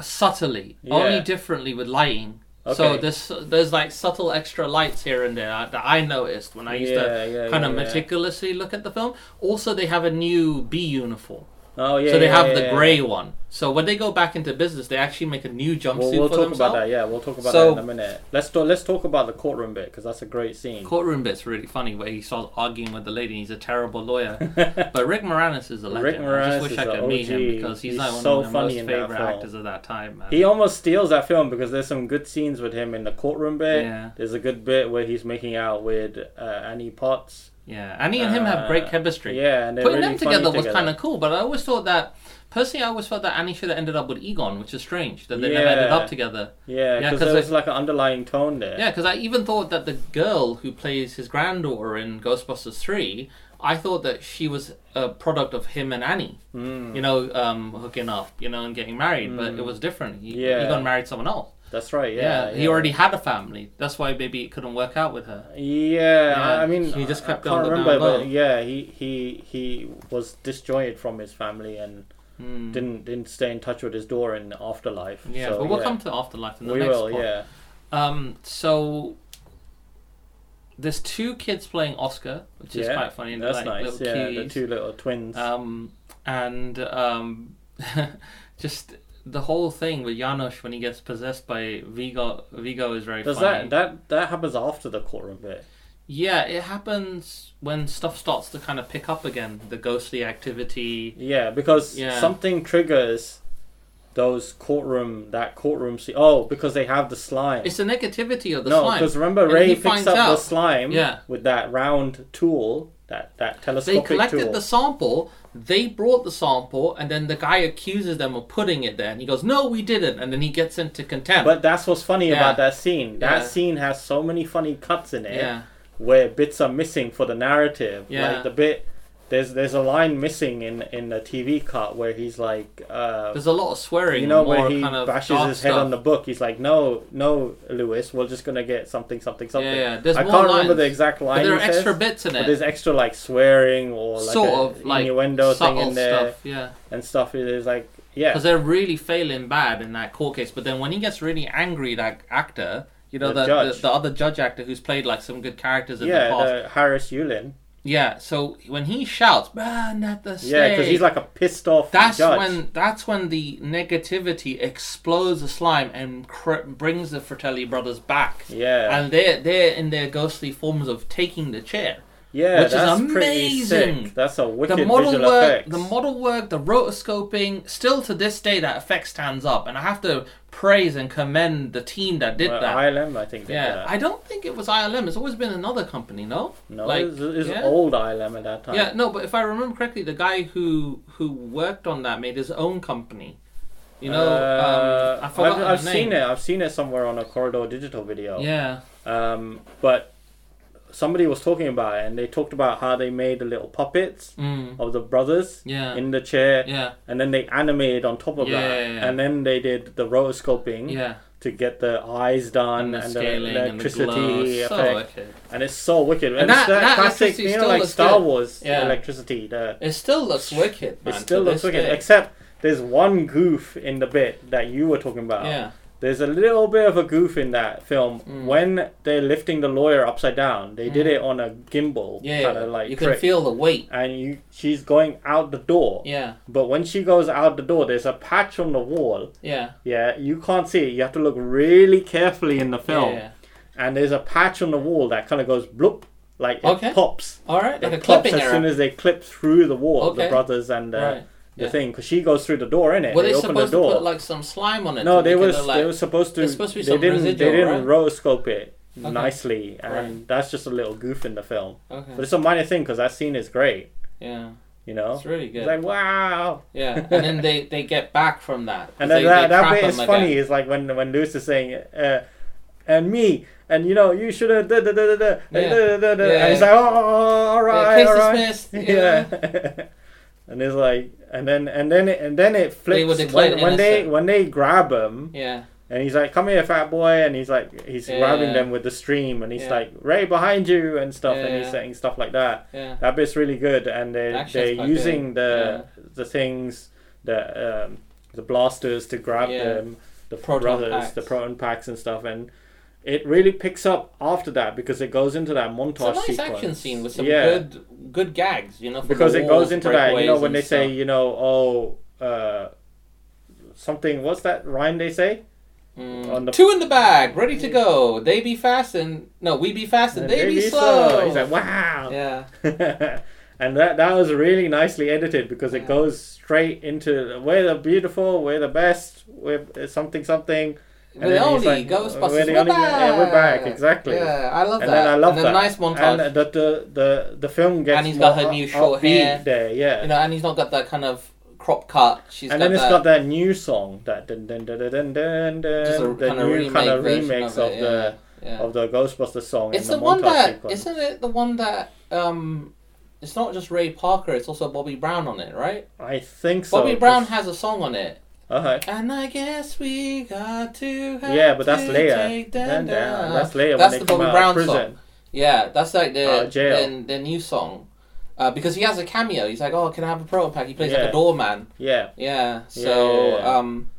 Speaker 1: subtly,
Speaker 2: Yeah.
Speaker 1: only differently with lighting. So
Speaker 2: Okay.
Speaker 1: there's there's like subtle extra lights here and there that I noticed when I used
Speaker 2: Yeah,
Speaker 1: to
Speaker 2: yeah,
Speaker 1: kind of
Speaker 2: yeah, yeah.
Speaker 1: meticulously look at the film. Also, they have a new B uniform,
Speaker 2: Oh yeah.
Speaker 1: so they
Speaker 2: yeah,
Speaker 1: have
Speaker 2: yeah,
Speaker 1: the
Speaker 2: yeah.
Speaker 1: grey one. So when they go back into business, they actually make a new jumpsuit
Speaker 2: Well, we'll
Speaker 1: for
Speaker 2: talk
Speaker 1: themselves.
Speaker 2: about that. Yeah, we'll talk about
Speaker 1: So-
Speaker 2: that in a minute. Let's talk. Let's talk about the courtroom bit because that's a great scene.
Speaker 1: Courtroom bit's really funny where he starts arguing with the lady. and He's a terrible lawyer, but Rick Moranis is a legend.
Speaker 2: Rick
Speaker 1: I
Speaker 2: Moranis
Speaker 1: just wish
Speaker 2: is
Speaker 1: I could
Speaker 2: the
Speaker 1: meet him
Speaker 2: OG.
Speaker 1: because he's,
Speaker 2: He's
Speaker 1: like one
Speaker 2: so
Speaker 1: of my
Speaker 2: funny
Speaker 1: most
Speaker 2: in that
Speaker 1: favorite
Speaker 2: film.
Speaker 1: actors of that time. Man.
Speaker 2: He almost steals that film because there's some good scenes with him in the courtroom bit.
Speaker 1: Yeah.
Speaker 2: There's a good bit where he's making out with uh, Annie Potts.
Speaker 1: Yeah, Annie and him have great
Speaker 2: Uh,
Speaker 1: chemistry.
Speaker 2: Yeah, and they're
Speaker 1: Putting
Speaker 2: really
Speaker 1: them together
Speaker 2: funny
Speaker 1: was
Speaker 2: together.
Speaker 1: kind of cool, but I always thought that personally, I always felt that Annie should have ended up with Egon, which is strange that they never ended
Speaker 2: Yeah.
Speaker 1: up together.
Speaker 2: Yeah,
Speaker 1: Yeah,
Speaker 2: because
Speaker 1: 'cause
Speaker 2: there
Speaker 1: they-
Speaker 2: was like an underlying tone there.
Speaker 1: Yeah, because I even thought that the girl who plays his granddaughter in Ghostbusters Three, I thought that she was a product of him and Annie.
Speaker 2: Hmm.
Speaker 1: Mm. You know, um, hooking up, you know, and getting married, but it was different. He,
Speaker 2: Yeah.
Speaker 1: Egon married someone else.
Speaker 2: That's right.
Speaker 1: Yeah,
Speaker 2: Yeah,
Speaker 1: he already had a family. That's why maybe it couldn't work out with her.
Speaker 2: Yeah, I- I mean,
Speaker 1: he just
Speaker 2: I-
Speaker 1: kept
Speaker 2: I
Speaker 1: going
Speaker 2: can't
Speaker 1: down
Speaker 2: remember,
Speaker 1: low.
Speaker 2: but yeah, he he he was disjointed from his family and didn't didn't stay in touch with his daughter in the afterlife.
Speaker 1: Hmm. Yeah,
Speaker 2: so,
Speaker 1: but we'll
Speaker 2: yeah.
Speaker 1: come to afterlife in the
Speaker 2: we
Speaker 1: next
Speaker 2: will.
Speaker 1: part.
Speaker 2: Yeah,
Speaker 1: Um, so there's two kids playing Oscar, which is
Speaker 2: Yeah,
Speaker 1: quite funny.
Speaker 2: That's
Speaker 1: like,
Speaker 2: nice.
Speaker 1: little
Speaker 2: Yeah, the
Speaker 1: cuties.
Speaker 2: two little twins.
Speaker 1: Um, and um, just the whole thing with Janosch when he gets possessed by Vigo. Vigo is very
Speaker 2: Does
Speaker 1: funny.
Speaker 2: that that that happens after the courtroom bit?
Speaker 1: Yeah, it happens when stuff starts to kind of pick up again. The ghostly activity.
Speaker 2: Yeah, because
Speaker 1: Yeah.
Speaker 2: something triggers those courtroom that courtroom scene. Oh, because they have the slime.
Speaker 1: It's the negativity of the
Speaker 2: no,
Speaker 1: slime.
Speaker 2: because remember
Speaker 1: And
Speaker 2: Ray
Speaker 1: he
Speaker 2: picks
Speaker 1: finds
Speaker 2: up the
Speaker 1: out.
Speaker 2: slime
Speaker 1: Yeah.
Speaker 2: with that round tool, that that
Speaker 1: They
Speaker 2: telescopic
Speaker 1: collected
Speaker 2: tool.
Speaker 1: the sample. They brought the sample, and then the guy accuses them of putting it there. And he goes, "No, we didn't." And then he gets into contempt.
Speaker 2: But that's what's funny
Speaker 1: Yeah.
Speaker 2: about that scene. That
Speaker 1: Yeah.
Speaker 2: scene has so many funny cuts in it
Speaker 1: Yeah.
Speaker 2: where bits are missing for the narrative.
Speaker 1: Yeah.
Speaker 2: Like the bit there's there's a line missing in in the TV cut where he's like uh,
Speaker 1: there's a lot of swearing.
Speaker 2: you know
Speaker 1: and more
Speaker 2: where he
Speaker 1: kind of
Speaker 2: bashes
Speaker 1: dark
Speaker 2: his head
Speaker 1: stuff.
Speaker 2: on the book. He's like, "No, no, Lewis, we're just gonna get something, something, something."
Speaker 1: yeah, there's
Speaker 2: I
Speaker 1: more
Speaker 2: can't remember the
Speaker 1: lines,
Speaker 2: exact line.
Speaker 1: But there are
Speaker 2: he says,
Speaker 1: extra bits in
Speaker 2: but
Speaker 1: it,
Speaker 2: there's extra like swearing or like
Speaker 1: sort
Speaker 2: a
Speaker 1: of like
Speaker 2: innuendo thing
Speaker 1: subtle
Speaker 2: in there
Speaker 1: stuff, yeah.
Speaker 2: and stuff. It is like, yeah,
Speaker 1: Because they're really failing bad in that court case. But then when he gets really angry, that actor, you know,
Speaker 2: The
Speaker 1: the the,
Speaker 2: judge.
Speaker 1: the, other judge actor who's played like some good characters in
Speaker 2: yeah,
Speaker 1: the past,
Speaker 2: the Harris Yulin.
Speaker 1: yeah. So when he shouts, "Burn at the stake,"
Speaker 2: Yeah, because he's like a pissed off
Speaker 1: That's
Speaker 2: judge.
Speaker 1: when that's when the negativity explodes the slime and cr- brings the Fratelli brothers back.
Speaker 2: Yeah.
Speaker 1: and they're they're in their ghostly forms of taking the chair.
Speaker 2: yeah,
Speaker 1: which is
Speaker 2: that's pretty
Speaker 1: amazing.
Speaker 2: sick. That's a wicked
Speaker 1: the model
Speaker 2: visual
Speaker 1: work,
Speaker 2: effect.
Speaker 1: the model work, the rotoscoping. Still to this day, that effect stands up, and I have to praise and commend the team that did
Speaker 2: Uh,
Speaker 1: that.
Speaker 2: ILM, I think. Did
Speaker 1: yeah,
Speaker 2: that.
Speaker 1: I don't think it was ILM. It's always been another company, no?
Speaker 2: no,
Speaker 1: Like,
Speaker 2: it was, it was
Speaker 1: yeah?
Speaker 2: old ILM at that time.
Speaker 1: Yeah, no, but if I remember correctly, the guy who who worked on that made his own company. You know,
Speaker 2: Uh,
Speaker 1: um, I forgot
Speaker 2: I've,
Speaker 1: her
Speaker 2: I've
Speaker 1: name.
Speaker 2: seen it. I've seen it somewhere on a corridor digital video.
Speaker 1: Yeah,
Speaker 2: Um, but somebody was talking about it, and they talked about how they made the little puppets
Speaker 1: Mm.
Speaker 2: of the brothers
Speaker 1: Yeah.
Speaker 2: in the chair,
Speaker 1: yeah,
Speaker 2: and then they animated on top of
Speaker 1: Yeah,
Speaker 2: that,
Speaker 1: yeah, yeah.
Speaker 2: and then they did the rotoscoping
Speaker 1: yeah.
Speaker 2: to get the eyes done
Speaker 1: And the
Speaker 2: Hmm? and the,
Speaker 1: scaling and the
Speaker 2: electricity
Speaker 1: glow. So
Speaker 2: effect,
Speaker 1: wicked.
Speaker 2: and it's so wicked. And,
Speaker 1: And
Speaker 2: it's
Speaker 1: that-
Speaker 2: that,
Speaker 1: that
Speaker 2: classic,
Speaker 1: electricity
Speaker 2: you know,
Speaker 1: still
Speaker 2: like
Speaker 1: looks
Speaker 2: Star
Speaker 1: good.
Speaker 2: Wars
Speaker 1: Yeah.
Speaker 2: electricity. The,
Speaker 1: It still looks wicked.
Speaker 2: it
Speaker 1: Man,
Speaker 2: still
Speaker 1: to
Speaker 2: looks
Speaker 1: this
Speaker 2: wicked,
Speaker 1: day.
Speaker 2: except there's one goof in the bit that you were talking about.
Speaker 1: Yeah, Mm.
Speaker 2: There's a little bit of a goof in that film when they're lifting the lawyer upside down. They did it on a gimbal
Speaker 1: yeah.
Speaker 2: kind of like
Speaker 1: you
Speaker 2: trick,
Speaker 1: can feel the weight.
Speaker 2: and you she's going out the door.
Speaker 1: Yeah,
Speaker 2: But when she goes out the door, there's a patch on the wall.
Speaker 1: yeah.
Speaker 2: Yeah, you can't see it. You have to look really carefully in the film.
Speaker 1: Yeah.
Speaker 2: And there's a patch on the wall that kind of goes bloop, like
Speaker 1: Okay.
Speaker 2: it pops.
Speaker 1: All right, like
Speaker 2: it
Speaker 1: a
Speaker 2: pops
Speaker 1: clipping
Speaker 2: as
Speaker 1: error.
Speaker 2: soon as they clip through the wall, the
Speaker 1: Okay.
Speaker 2: brothers and uh,
Speaker 1: Right,
Speaker 2: the
Speaker 1: yeah.
Speaker 2: thing. Because she goes through the door, innit?
Speaker 1: Were
Speaker 2: they
Speaker 1: they
Speaker 2: open the
Speaker 1: supposed to
Speaker 2: door.
Speaker 1: put like some slime on it?
Speaker 2: No,
Speaker 1: to
Speaker 2: they
Speaker 1: make it
Speaker 2: was
Speaker 1: look like-
Speaker 2: they were supposed to.
Speaker 1: There's supposed to be
Speaker 2: they
Speaker 1: some
Speaker 2: didn't
Speaker 1: residual,
Speaker 2: they didn't
Speaker 1: right?
Speaker 2: rotoscope it
Speaker 1: Okay.
Speaker 2: nicely, and that's just a little goof in the film.
Speaker 1: Okay.
Speaker 2: But it's a minor thing because that scene is great.
Speaker 1: yeah,
Speaker 2: You know,
Speaker 1: it's really good.
Speaker 2: It's like wow.
Speaker 1: yeah, and then they they get back from that. 'cause
Speaker 2: And then
Speaker 1: they-
Speaker 2: that,
Speaker 1: they
Speaker 2: that
Speaker 1: trap
Speaker 2: bit is
Speaker 1: them
Speaker 2: funny.
Speaker 1: again.
Speaker 2: Is like when when Lewis is saying, uh, "And me, and you know, you should have da da da da da
Speaker 1: Yeah.
Speaker 2: da da da da,"
Speaker 1: Yeah.
Speaker 2: and he's like, "Oh, all right,
Speaker 1: case
Speaker 2: all right."
Speaker 1: dismissed,
Speaker 2: yeah. And it's like, and then and then it, and then it
Speaker 1: They were
Speaker 2: flips when,
Speaker 1: declared
Speaker 2: when they
Speaker 1: innocent.
Speaker 2: when they grab him.
Speaker 1: Yeah,
Speaker 2: And he's like, "Come here, fat boy," and he's like, he's
Speaker 1: Yeah.
Speaker 2: grabbing them with the stream, and he's
Speaker 1: Yeah.
Speaker 2: like, "Ray behind you" and stuff, and
Speaker 1: Yeah.
Speaker 2: he's saying stuff like that.
Speaker 1: yeah.
Speaker 2: That bit's really good, and they
Speaker 1: Action's
Speaker 2: they're
Speaker 1: quite
Speaker 2: using
Speaker 1: good.
Speaker 2: the the things the um, the blasters to grab
Speaker 1: Yeah.
Speaker 2: them, the
Speaker 1: Proton
Speaker 2: brothers,
Speaker 1: packs.
Speaker 2: the proton packs and stuff, and it really picks up after that because it goes into that montage
Speaker 1: It's a nice
Speaker 2: sequence.
Speaker 1: action scene with some
Speaker 2: Yeah
Speaker 1: good good gags, you know. from
Speaker 2: because
Speaker 1: the
Speaker 2: it goes
Speaker 1: walls,
Speaker 2: into that you know
Speaker 1: breakaways
Speaker 2: when
Speaker 1: and
Speaker 2: they say
Speaker 1: stuff.
Speaker 2: you know oh uh something what's that rhyme they say on
Speaker 1: Mm.
Speaker 2: the
Speaker 1: two in the bag, ready to go. They be fast and no, we be fast and, they, be, slow.
Speaker 2: he's like wow
Speaker 1: yeah,
Speaker 2: and that that was really nicely edited because it
Speaker 1: Yeah.
Speaker 2: goes straight into we're the beautiful we're the best we're something something And
Speaker 1: We're the
Speaker 2: then he's
Speaker 1: only
Speaker 2: like,
Speaker 1: Ghostbusters.
Speaker 2: "We're the only- yeah, we're back," exactly.
Speaker 1: Yeah, I love
Speaker 2: and
Speaker 1: that.
Speaker 2: then I love
Speaker 1: and
Speaker 2: that.
Speaker 1: a nice montage.
Speaker 2: And the, the the the film gets
Speaker 1: And he's got
Speaker 2: more
Speaker 1: her new short
Speaker 2: upbeat
Speaker 1: hair.
Speaker 2: there, yeah.
Speaker 1: you know, and he's not got that kind of crop cut. She's
Speaker 2: and
Speaker 1: got
Speaker 2: then it's
Speaker 1: that.
Speaker 2: got that new song that dun, dun, dun, dun, dun, dun, dun,
Speaker 1: just a
Speaker 2: the
Speaker 1: kind of
Speaker 2: new
Speaker 1: remake
Speaker 2: kind of
Speaker 1: version
Speaker 2: remix
Speaker 1: of,
Speaker 2: of,
Speaker 1: it,
Speaker 2: the
Speaker 1: yeah, yeah.
Speaker 2: of the Ghostbusters song.
Speaker 1: It's
Speaker 2: in the,
Speaker 1: the, one
Speaker 2: montage
Speaker 1: that
Speaker 2: sequence.
Speaker 1: not it the one that um it's not just Ray Parker, it's also Bobby Brown on it, right?
Speaker 2: I think so.
Speaker 1: Bobby Brown has
Speaker 2: 'cause-
Speaker 1: a song on it.
Speaker 2: uh-huh.
Speaker 1: And I guess we got to have
Speaker 2: Yeah, but that's
Speaker 1: to
Speaker 2: later.
Speaker 1: take them
Speaker 2: Then,
Speaker 1: down.
Speaker 2: uh, that's later
Speaker 1: That's
Speaker 2: when
Speaker 1: the
Speaker 2: they come
Speaker 1: Bobby
Speaker 2: out
Speaker 1: Brown
Speaker 2: of prison.
Speaker 1: Yeah, that's like the
Speaker 2: Uh, jail.
Speaker 1: their, their new song. Uh, because he has a cameo. He's like, Oh, can I have a proton pack? He plays like
Speaker 2: Yeah.
Speaker 1: a doorman.
Speaker 2: Yeah,
Speaker 1: Yeah.
Speaker 2: Yeah,
Speaker 1: So,
Speaker 2: yeah, yeah.
Speaker 1: um,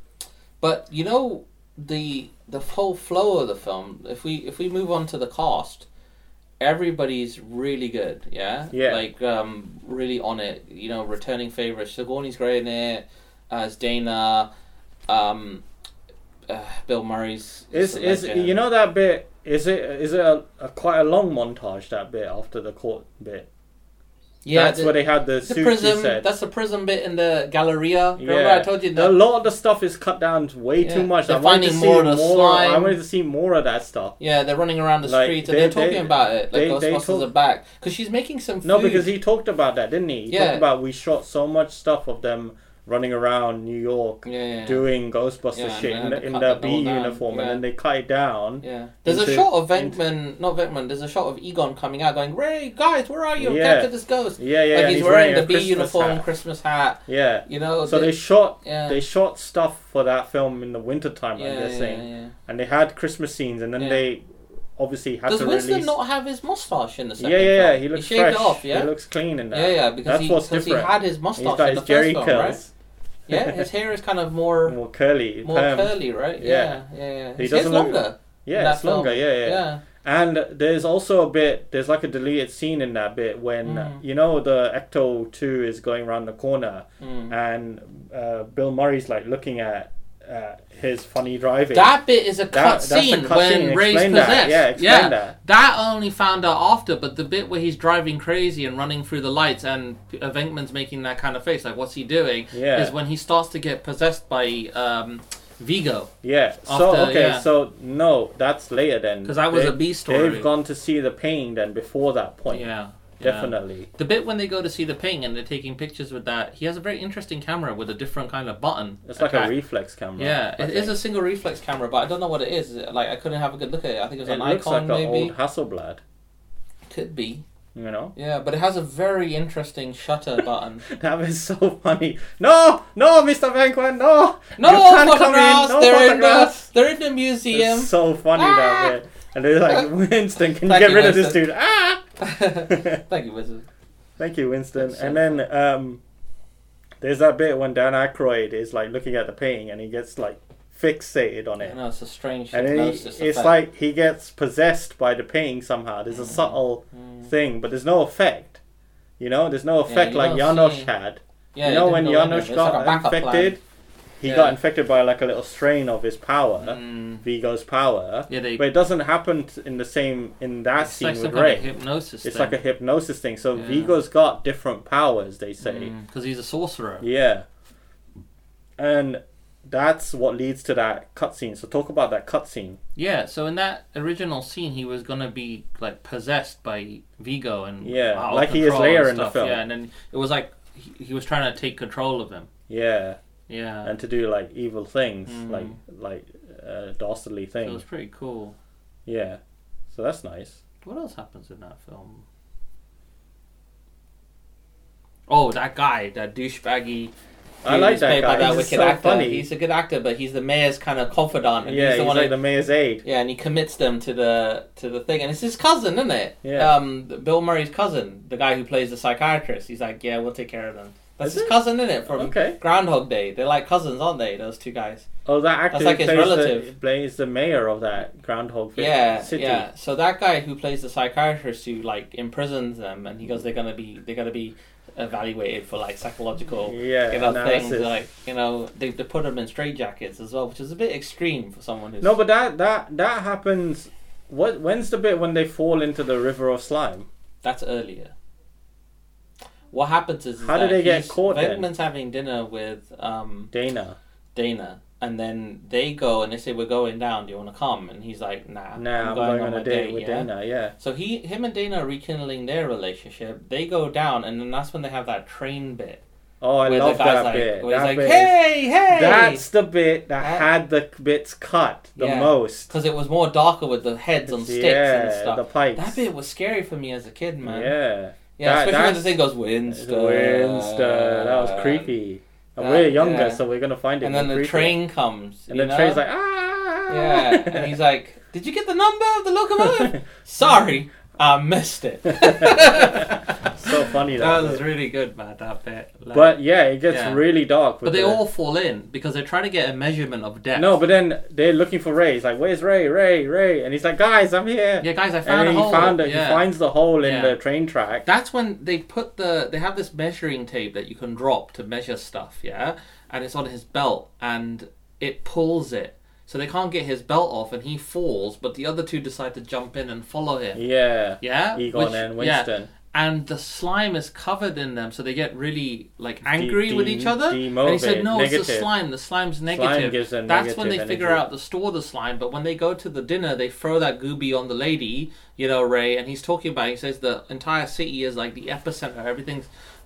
Speaker 1: but you know the the whole flow of the film. If we if we move on to the cast, everybody's really good. Yeah.
Speaker 2: Yeah.
Speaker 1: Like um, really on it. You know, returning favorites. Sigourney's Grey in it as Dana. Um, uh, Bill Murray's
Speaker 2: is
Speaker 1: a
Speaker 2: is
Speaker 1: legend.
Speaker 2: you know that bit? Is it is it a, a quite a long montage that bit after the court bit?
Speaker 1: yeah
Speaker 2: that's
Speaker 1: the,
Speaker 2: where they had the,
Speaker 1: the
Speaker 2: suit.
Speaker 1: prism.
Speaker 2: He said.
Speaker 1: That's the prism bit in the Galleria. Remember I told you
Speaker 2: a
Speaker 1: that.
Speaker 2: lot of the stuff is cut down way
Speaker 1: Yeah,
Speaker 2: too much.
Speaker 1: they're
Speaker 2: I wanted to
Speaker 1: finding
Speaker 2: see
Speaker 1: more
Speaker 2: more.
Speaker 1: of the
Speaker 2: I
Speaker 1: slime.
Speaker 2: wanted to see more of that stuff.
Speaker 1: Yeah, they're running around the
Speaker 2: Like,
Speaker 1: street
Speaker 2: they-
Speaker 1: and they're talking
Speaker 2: they-
Speaker 1: about it. Like
Speaker 2: they-
Speaker 1: Ghostbusters
Speaker 2: they talk-
Speaker 1: are back because she's making some food.
Speaker 2: No, because he talked about that, didn't he? He
Speaker 1: Yeah.
Speaker 2: talked about we shot so much stuff of them running around New York
Speaker 1: yeah, yeah, yeah.
Speaker 2: doing Ghostbusters
Speaker 1: Yeah, and
Speaker 2: shit
Speaker 1: they
Speaker 2: in,
Speaker 1: had to
Speaker 2: the- in
Speaker 1: cut
Speaker 2: their
Speaker 1: that
Speaker 2: B
Speaker 1: all down,
Speaker 2: uniform,
Speaker 1: yeah.
Speaker 2: and then they cut it down.
Speaker 1: Yeah. There's a
Speaker 2: into-
Speaker 1: shot of
Speaker 2: into-
Speaker 1: Venkman, not Venkman. There's a shot of Egon coming out, going, "Ray, guys, where are you?
Speaker 2: Yeah.
Speaker 1: Capture this ghost!"
Speaker 2: Yeah, yeah.
Speaker 1: like
Speaker 2: and
Speaker 1: he's, wearing,
Speaker 2: a
Speaker 1: the B
Speaker 2: Christmas
Speaker 1: uniform,
Speaker 2: hat.
Speaker 1: Christmas hat.
Speaker 2: Yeah.
Speaker 1: You know.
Speaker 2: So
Speaker 1: the-
Speaker 2: they shot
Speaker 1: yeah.
Speaker 2: they shot stuff for that film in the wintertime, I'm
Speaker 1: yeah, yeah,
Speaker 2: guessing,
Speaker 1: yeah.
Speaker 2: and they had Christmas scenes, and then
Speaker 1: Yeah.
Speaker 2: they obviously had
Speaker 1: Does
Speaker 2: to
Speaker 1: Winston
Speaker 2: release.
Speaker 1: not have his mustache in the
Speaker 2: yeah,
Speaker 1: second
Speaker 2: yeah, yeah.
Speaker 1: film?
Speaker 2: He looks
Speaker 1: shaved
Speaker 2: fresh.
Speaker 1: it off. Yeah.
Speaker 2: He looks clean in that.
Speaker 1: yeah, yeah, because
Speaker 2: That's
Speaker 1: he,
Speaker 2: what's
Speaker 1: 'cause he
Speaker 2: different.
Speaker 1: had his
Speaker 2: He's
Speaker 1: mustache
Speaker 2: got
Speaker 1: in
Speaker 2: his
Speaker 1: the
Speaker 2: Jerry
Speaker 1: first
Speaker 2: curls,
Speaker 1: film, right? Yeah, his hair is kind of more
Speaker 2: more curly,
Speaker 1: more
Speaker 2: perm.
Speaker 1: curly, right?
Speaker 2: Yeah.
Speaker 1: yeah, yeah. yeah.
Speaker 2: He
Speaker 1: His hair's
Speaker 2: doesn't look-
Speaker 1: longer. in
Speaker 2: Yeah,
Speaker 1: that
Speaker 2: it's longer.
Speaker 1: film.
Speaker 2: Yeah, yeah,
Speaker 1: yeah.
Speaker 2: And there's also a bit. There's like a deleted scene in that bit when
Speaker 1: Mm.
Speaker 2: you know the Ecto Two is going around the corner,
Speaker 1: Mm.
Speaker 2: and uh, Bill Murray's like looking at uh, his funny driving.
Speaker 1: That bit is a cut
Speaker 2: That- that's a
Speaker 1: scene
Speaker 2: cut
Speaker 1: when
Speaker 2: scene.
Speaker 1: Ray's
Speaker 2: Explain that.
Speaker 1: possessed.
Speaker 2: Yeah, explain that.
Speaker 1: I only found out after, but the bit where he's driving crazy and running through the lights and uh, Venkman's making that kind of face, like what's he doing,
Speaker 2: Yeah.
Speaker 1: is when he starts to get possessed by um, Vigo.
Speaker 2: yeah. So
Speaker 1: After-
Speaker 2: okay.
Speaker 1: yeah.
Speaker 2: So no, that's later then.
Speaker 1: 'Cause that was
Speaker 2: They-
Speaker 1: a B story.
Speaker 2: They've gone to see the pain then before that point.
Speaker 1: Yeah. yeah.
Speaker 2: Definitely.
Speaker 1: The bit when they go to see the ping and they're taking pictures with that, he has a very interesting camera with a different kind of button.
Speaker 2: It's like
Speaker 1: attached.
Speaker 2: a reflex camera.
Speaker 1: Yeah,
Speaker 2: I
Speaker 1: it is
Speaker 2: think.
Speaker 1: a single reflex camera, but I don't know what it is. Like I couldn't have a good look at it. I think it was an
Speaker 2: It looks
Speaker 1: icon,
Speaker 2: like an
Speaker 1: maybe.
Speaker 2: old Hasselblad.
Speaker 1: Could be.
Speaker 2: You know.
Speaker 1: Yeah, but it has a very interesting shutter button.
Speaker 2: That is so funny. No, no, Mr. Venkman, no.
Speaker 1: No
Speaker 2: You can't come in,
Speaker 1: photographs.
Speaker 2: no
Speaker 1: they're
Speaker 2: photographs.
Speaker 1: in the they're in the museum.
Speaker 2: It's so funny
Speaker 1: Ah!
Speaker 2: that bit. And they're like, Winston, can you
Speaker 1: Thank
Speaker 2: get
Speaker 1: you,
Speaker 2: rid of this
Speaker 1: Winston.
Speaker 2: dude? Ah!
Speaker 1: Thank you, Wizard.
Speaker 2: Thank you, Winston.
Speaker 1: That's so
Speaker 2: And then um, there's that bit when Dan Aykroyd is like looking at the painting and he gets like fixated on
Speaker 1: I
Speaker 2: it.
Speaker 1: know it's a strange
Speaker 2: And then he,
Speaker 1: hypnosis
Speaker 2: it's
Speaker 1: effect. Mm.
Speaker 2: like he gets possessed by the painting somehow. There's a subtle thing, but there's no effect. You know, there's no effect
Speaker 1: you
Speaker 2: like
Speaker 1: don't
Speaker 2: Janosch
Speaker 1: see-
Speaker 2: had.
Speaker 1: yeah,
Speaker 2: you know
Speaker 1: didn't
Speaker 2: when
Speaker 1: go in there,
Speaker 2: Janosch
Speaker 1: but it's
Speaker 2: got
Speaker 1: like a backup plan.
Speaker 2: infected, he
Speaker 1: Yeah. Mm.
Speaker 2: got infected by like a little strain of his power, Vigo's power.
Speaker 1: Yeah, they-
Speaker 2: but it doesn't happen t- in the same in that
Speaker 1: It's
Speaker 2: scene
Speaker 1: like some
Speaker 2: with
Speaker 1: kind
Speaker 2: Ray.
Speaker 1: of hypnosis.
Speaker 2: it's like a hypnosis thing. So
Speaker 1: Yeah. Mm.
Speaker 2: Vigo's got different powers, they say.
Speaker 1: because he's a sorcerer.
Speaker 2: Yeah, and that's what leads to that cutscene. So talk about that cutscene.
Speaker 1: Yeah, so in that original scene, he was gonna be like possessed by Vigo and
Speaker 2: Yeah,
Speaker 1: out of
Speaker 2: like he is
Speaker 1: control and
Speaker 2: later in the
Speaker 1: stuff,
Speaker 2: film.
Speaker 1: Yeah, and then it was like he, he was trying to take control of him.
Speaker 2: Yeah,
Speaker 1: Yeah, Mm.
Speaker 2: and to do like evil things, like like uh, dastardly
Speaker 1: it
Speaker 2: things.
Speaker 1: was pretty cool.
Speaker 2: Yeah, so that's nice.
Speaker 1: What else happens in that film? Oh, that guy, that douchebaggy.
Speaker 2: I
Speaker 1: dude
Speaker 2: like
Speaker 1: who's
Speaker 2: that
Speaker 1: played by
Speaker 2: guy.
Speaker 1: That
Speaker 2: He's
Speaker 1: wicked
Speaker 2: so
Speaker 1: actor.
Speaker 2: funny.
Speaker 1: He's a good actor, but he's the mayor's kind of confidant, and
Speaker 2: yeah,
Speaker 1: he's
Speaker 2: he's
Speaker 1: the one.
Speaker 2: like
Speaker 1: who,
Speaker 2: the mayor's aide.
Speaker 1: yeah, and he commits them to the to the thing, and it's his cousin, isn't it?
Speaker 2: Yeah.
Speaker 1: Um, Bill Murray's cousin, the guy who plays the psychiatrist. He's like, yeah, we'll take care of them. That's
Speaker 2: Is
Speaker 1: his
Speaker 2: it?
Speaker 1: cousin, isn't it? From
Speaker 2: Okay.
Speaker 1: Groundhog Day. They're like cousins, aren't they? Those two guys.
Speaker 2: Oh, that actor
Speaker 1: That's like
Speaker 2: who
Speaker 1: his
Speaker 2: plays The,
Speaker 1: relative.
Speaker 2: plays the mayor of that Groundhog Fi-
Speaker 1: yeah,
Speaker 2: City.
Speaker 1: yeah. So that guy who plays the psychiatrist who like imprisons them, and he goes, they're gonna be, they're gonna be evaluated for like psychological,
Speaker 2: Yeah,
Speaker 1: you know, things
Speaker 2: analysis.
Speaker 1: like you know, they they put them in straitjackets as well, which is a bit extreme for someone who's
Speaker 2: No, but that that that happens. What when's the bit when they fall into the river of slime?
Speaker 1: that's earlier. What happens is, is
Speaker 2: How did
Speaker 1: that
Speaker 2: they get
Speaker 1: he's-
Speaker 2: caught then?
Speaker 1: Venkman's having dinner with um,
Speaker 2: Dana.
Speaker 1: Dana, and then they go and they say, "We're going down. Do you want to come?" And he's like, "Nah,
Speaker 2: Now I'm going, on, a date, with
Speaker 1: yeah?
Speaker 2: Dana. Yeah.
Speaker 1: So he, him, and Dana are rekindling their relationship. They go down, and then that's when they have that train bit.
Speaker 2: Oh, I
Speaker 1: where
Speaker 2: love
Speaker 1: the guy's
Speaker 2: that
Speaker 1: like,
Speaker 2: bit.
Speaker 1: Where he's
Speaker 2: That
Speaker 1: like,
Speaker 2: bit is-
Speaker 1: "Hey, hey!"
Speaker 2: That's the bit that
Speaker 1: That-
Speaker 2: had the bits cut the
Speaker 1: Yeah.
Speaker 2: most.
Speaker 1: because it was more darker with the heads on sticks and
Speaker 2: yeah,
Speaker 1: stuff.
Speaker 2: the pipes.
Speaker 1: That bit was scary for me as a kid, man. Yeah,
Speaker 2: Yeah, that-
Speaker 1: especially when the
Speaker 2: that's-
Speaker 1: thing goes Winston.
Speaker 2: Winston. That was creepy. And
Speaker 1: That-
Speaker 2: we're younger,
Speaker 1: yeah.
Speaker 2: so we're gonna find it.
Speaker 1: And then
Speaker 2: more
Speaker 1: the
Speaker 2: creepy.
Speaker 1: train comes.
Speaker 2: And
Speaker 1: you
Speaker 2: the
Speaker 1: know?
Speaker 2: train's like ah.
Speaker 1: yeah, and he's like, "Did you get the number of the locomotive?" Sorry, I missed it.
Speaker 2: so funny that.
Speaker 1: that was
Speaker 2: bit.
Speaker 1: really good, man. That bit. Like-
Speaker 2: But yeah, it gets
Speaker 1: Yeah.
Speaker 2: really dark.
Speaker 1: but
Speaker 2: with
Speaker 1: they
Speaker 2: the-
Speaker 1: all fall in because they're trying to get a measurement of depth.
Speaker 2: No, but then they're looking for Ray. He's like, "Where's Ray? Ray? Ray?" And he's like, "Guys, I'm here."
Speaker 1: yeah, guys, I
Speaker 2: and
Speaker 1: found
Speaker 2: then
Speaker 1: a
Speaker 2: he
Speaker 1: hole.
Speaker 2: found it.
Speaker 1: yeah.
Speaker 2: He finds the hole in
Speaker 1: Yeah.
Speaker 2: the train track.
Speaker 1: That's when they put the they have this measuring tape that you can drop to measure stuff, yeah, and it's on his belt and it pulls it, so they can't get his belt off and he falls, but the other two decide to jump in and follow him,
Speaker 2: Yeah.
Speaker 1: yeah,
Speaker 2: Egon
Speaker 1: Which-
Speaker 2: and
Speaker 1: yeah.
Speaker 2: Winston.
Speaker 1: and the slime is covered in them, so they get really like angry with each
Speaker 2: de-
Speaker 1: other. and he said,
Speaker 2: demotivated,
Speaker 1: "No, it's the
Speaker 2: negative."
Speaker 1: slime. The slime's negative."
Speaker 2: gives them
Speaker 1: That's when they
Speaker 2: negative
Speaker 1: figure
Speaker 2: energy.
Speaker 1: out to store the slime. But when they go to the dinner, they throw that gooby on the lady, you know, Ray, and he's talking about. He says the entire city is like the epicenter. Everything's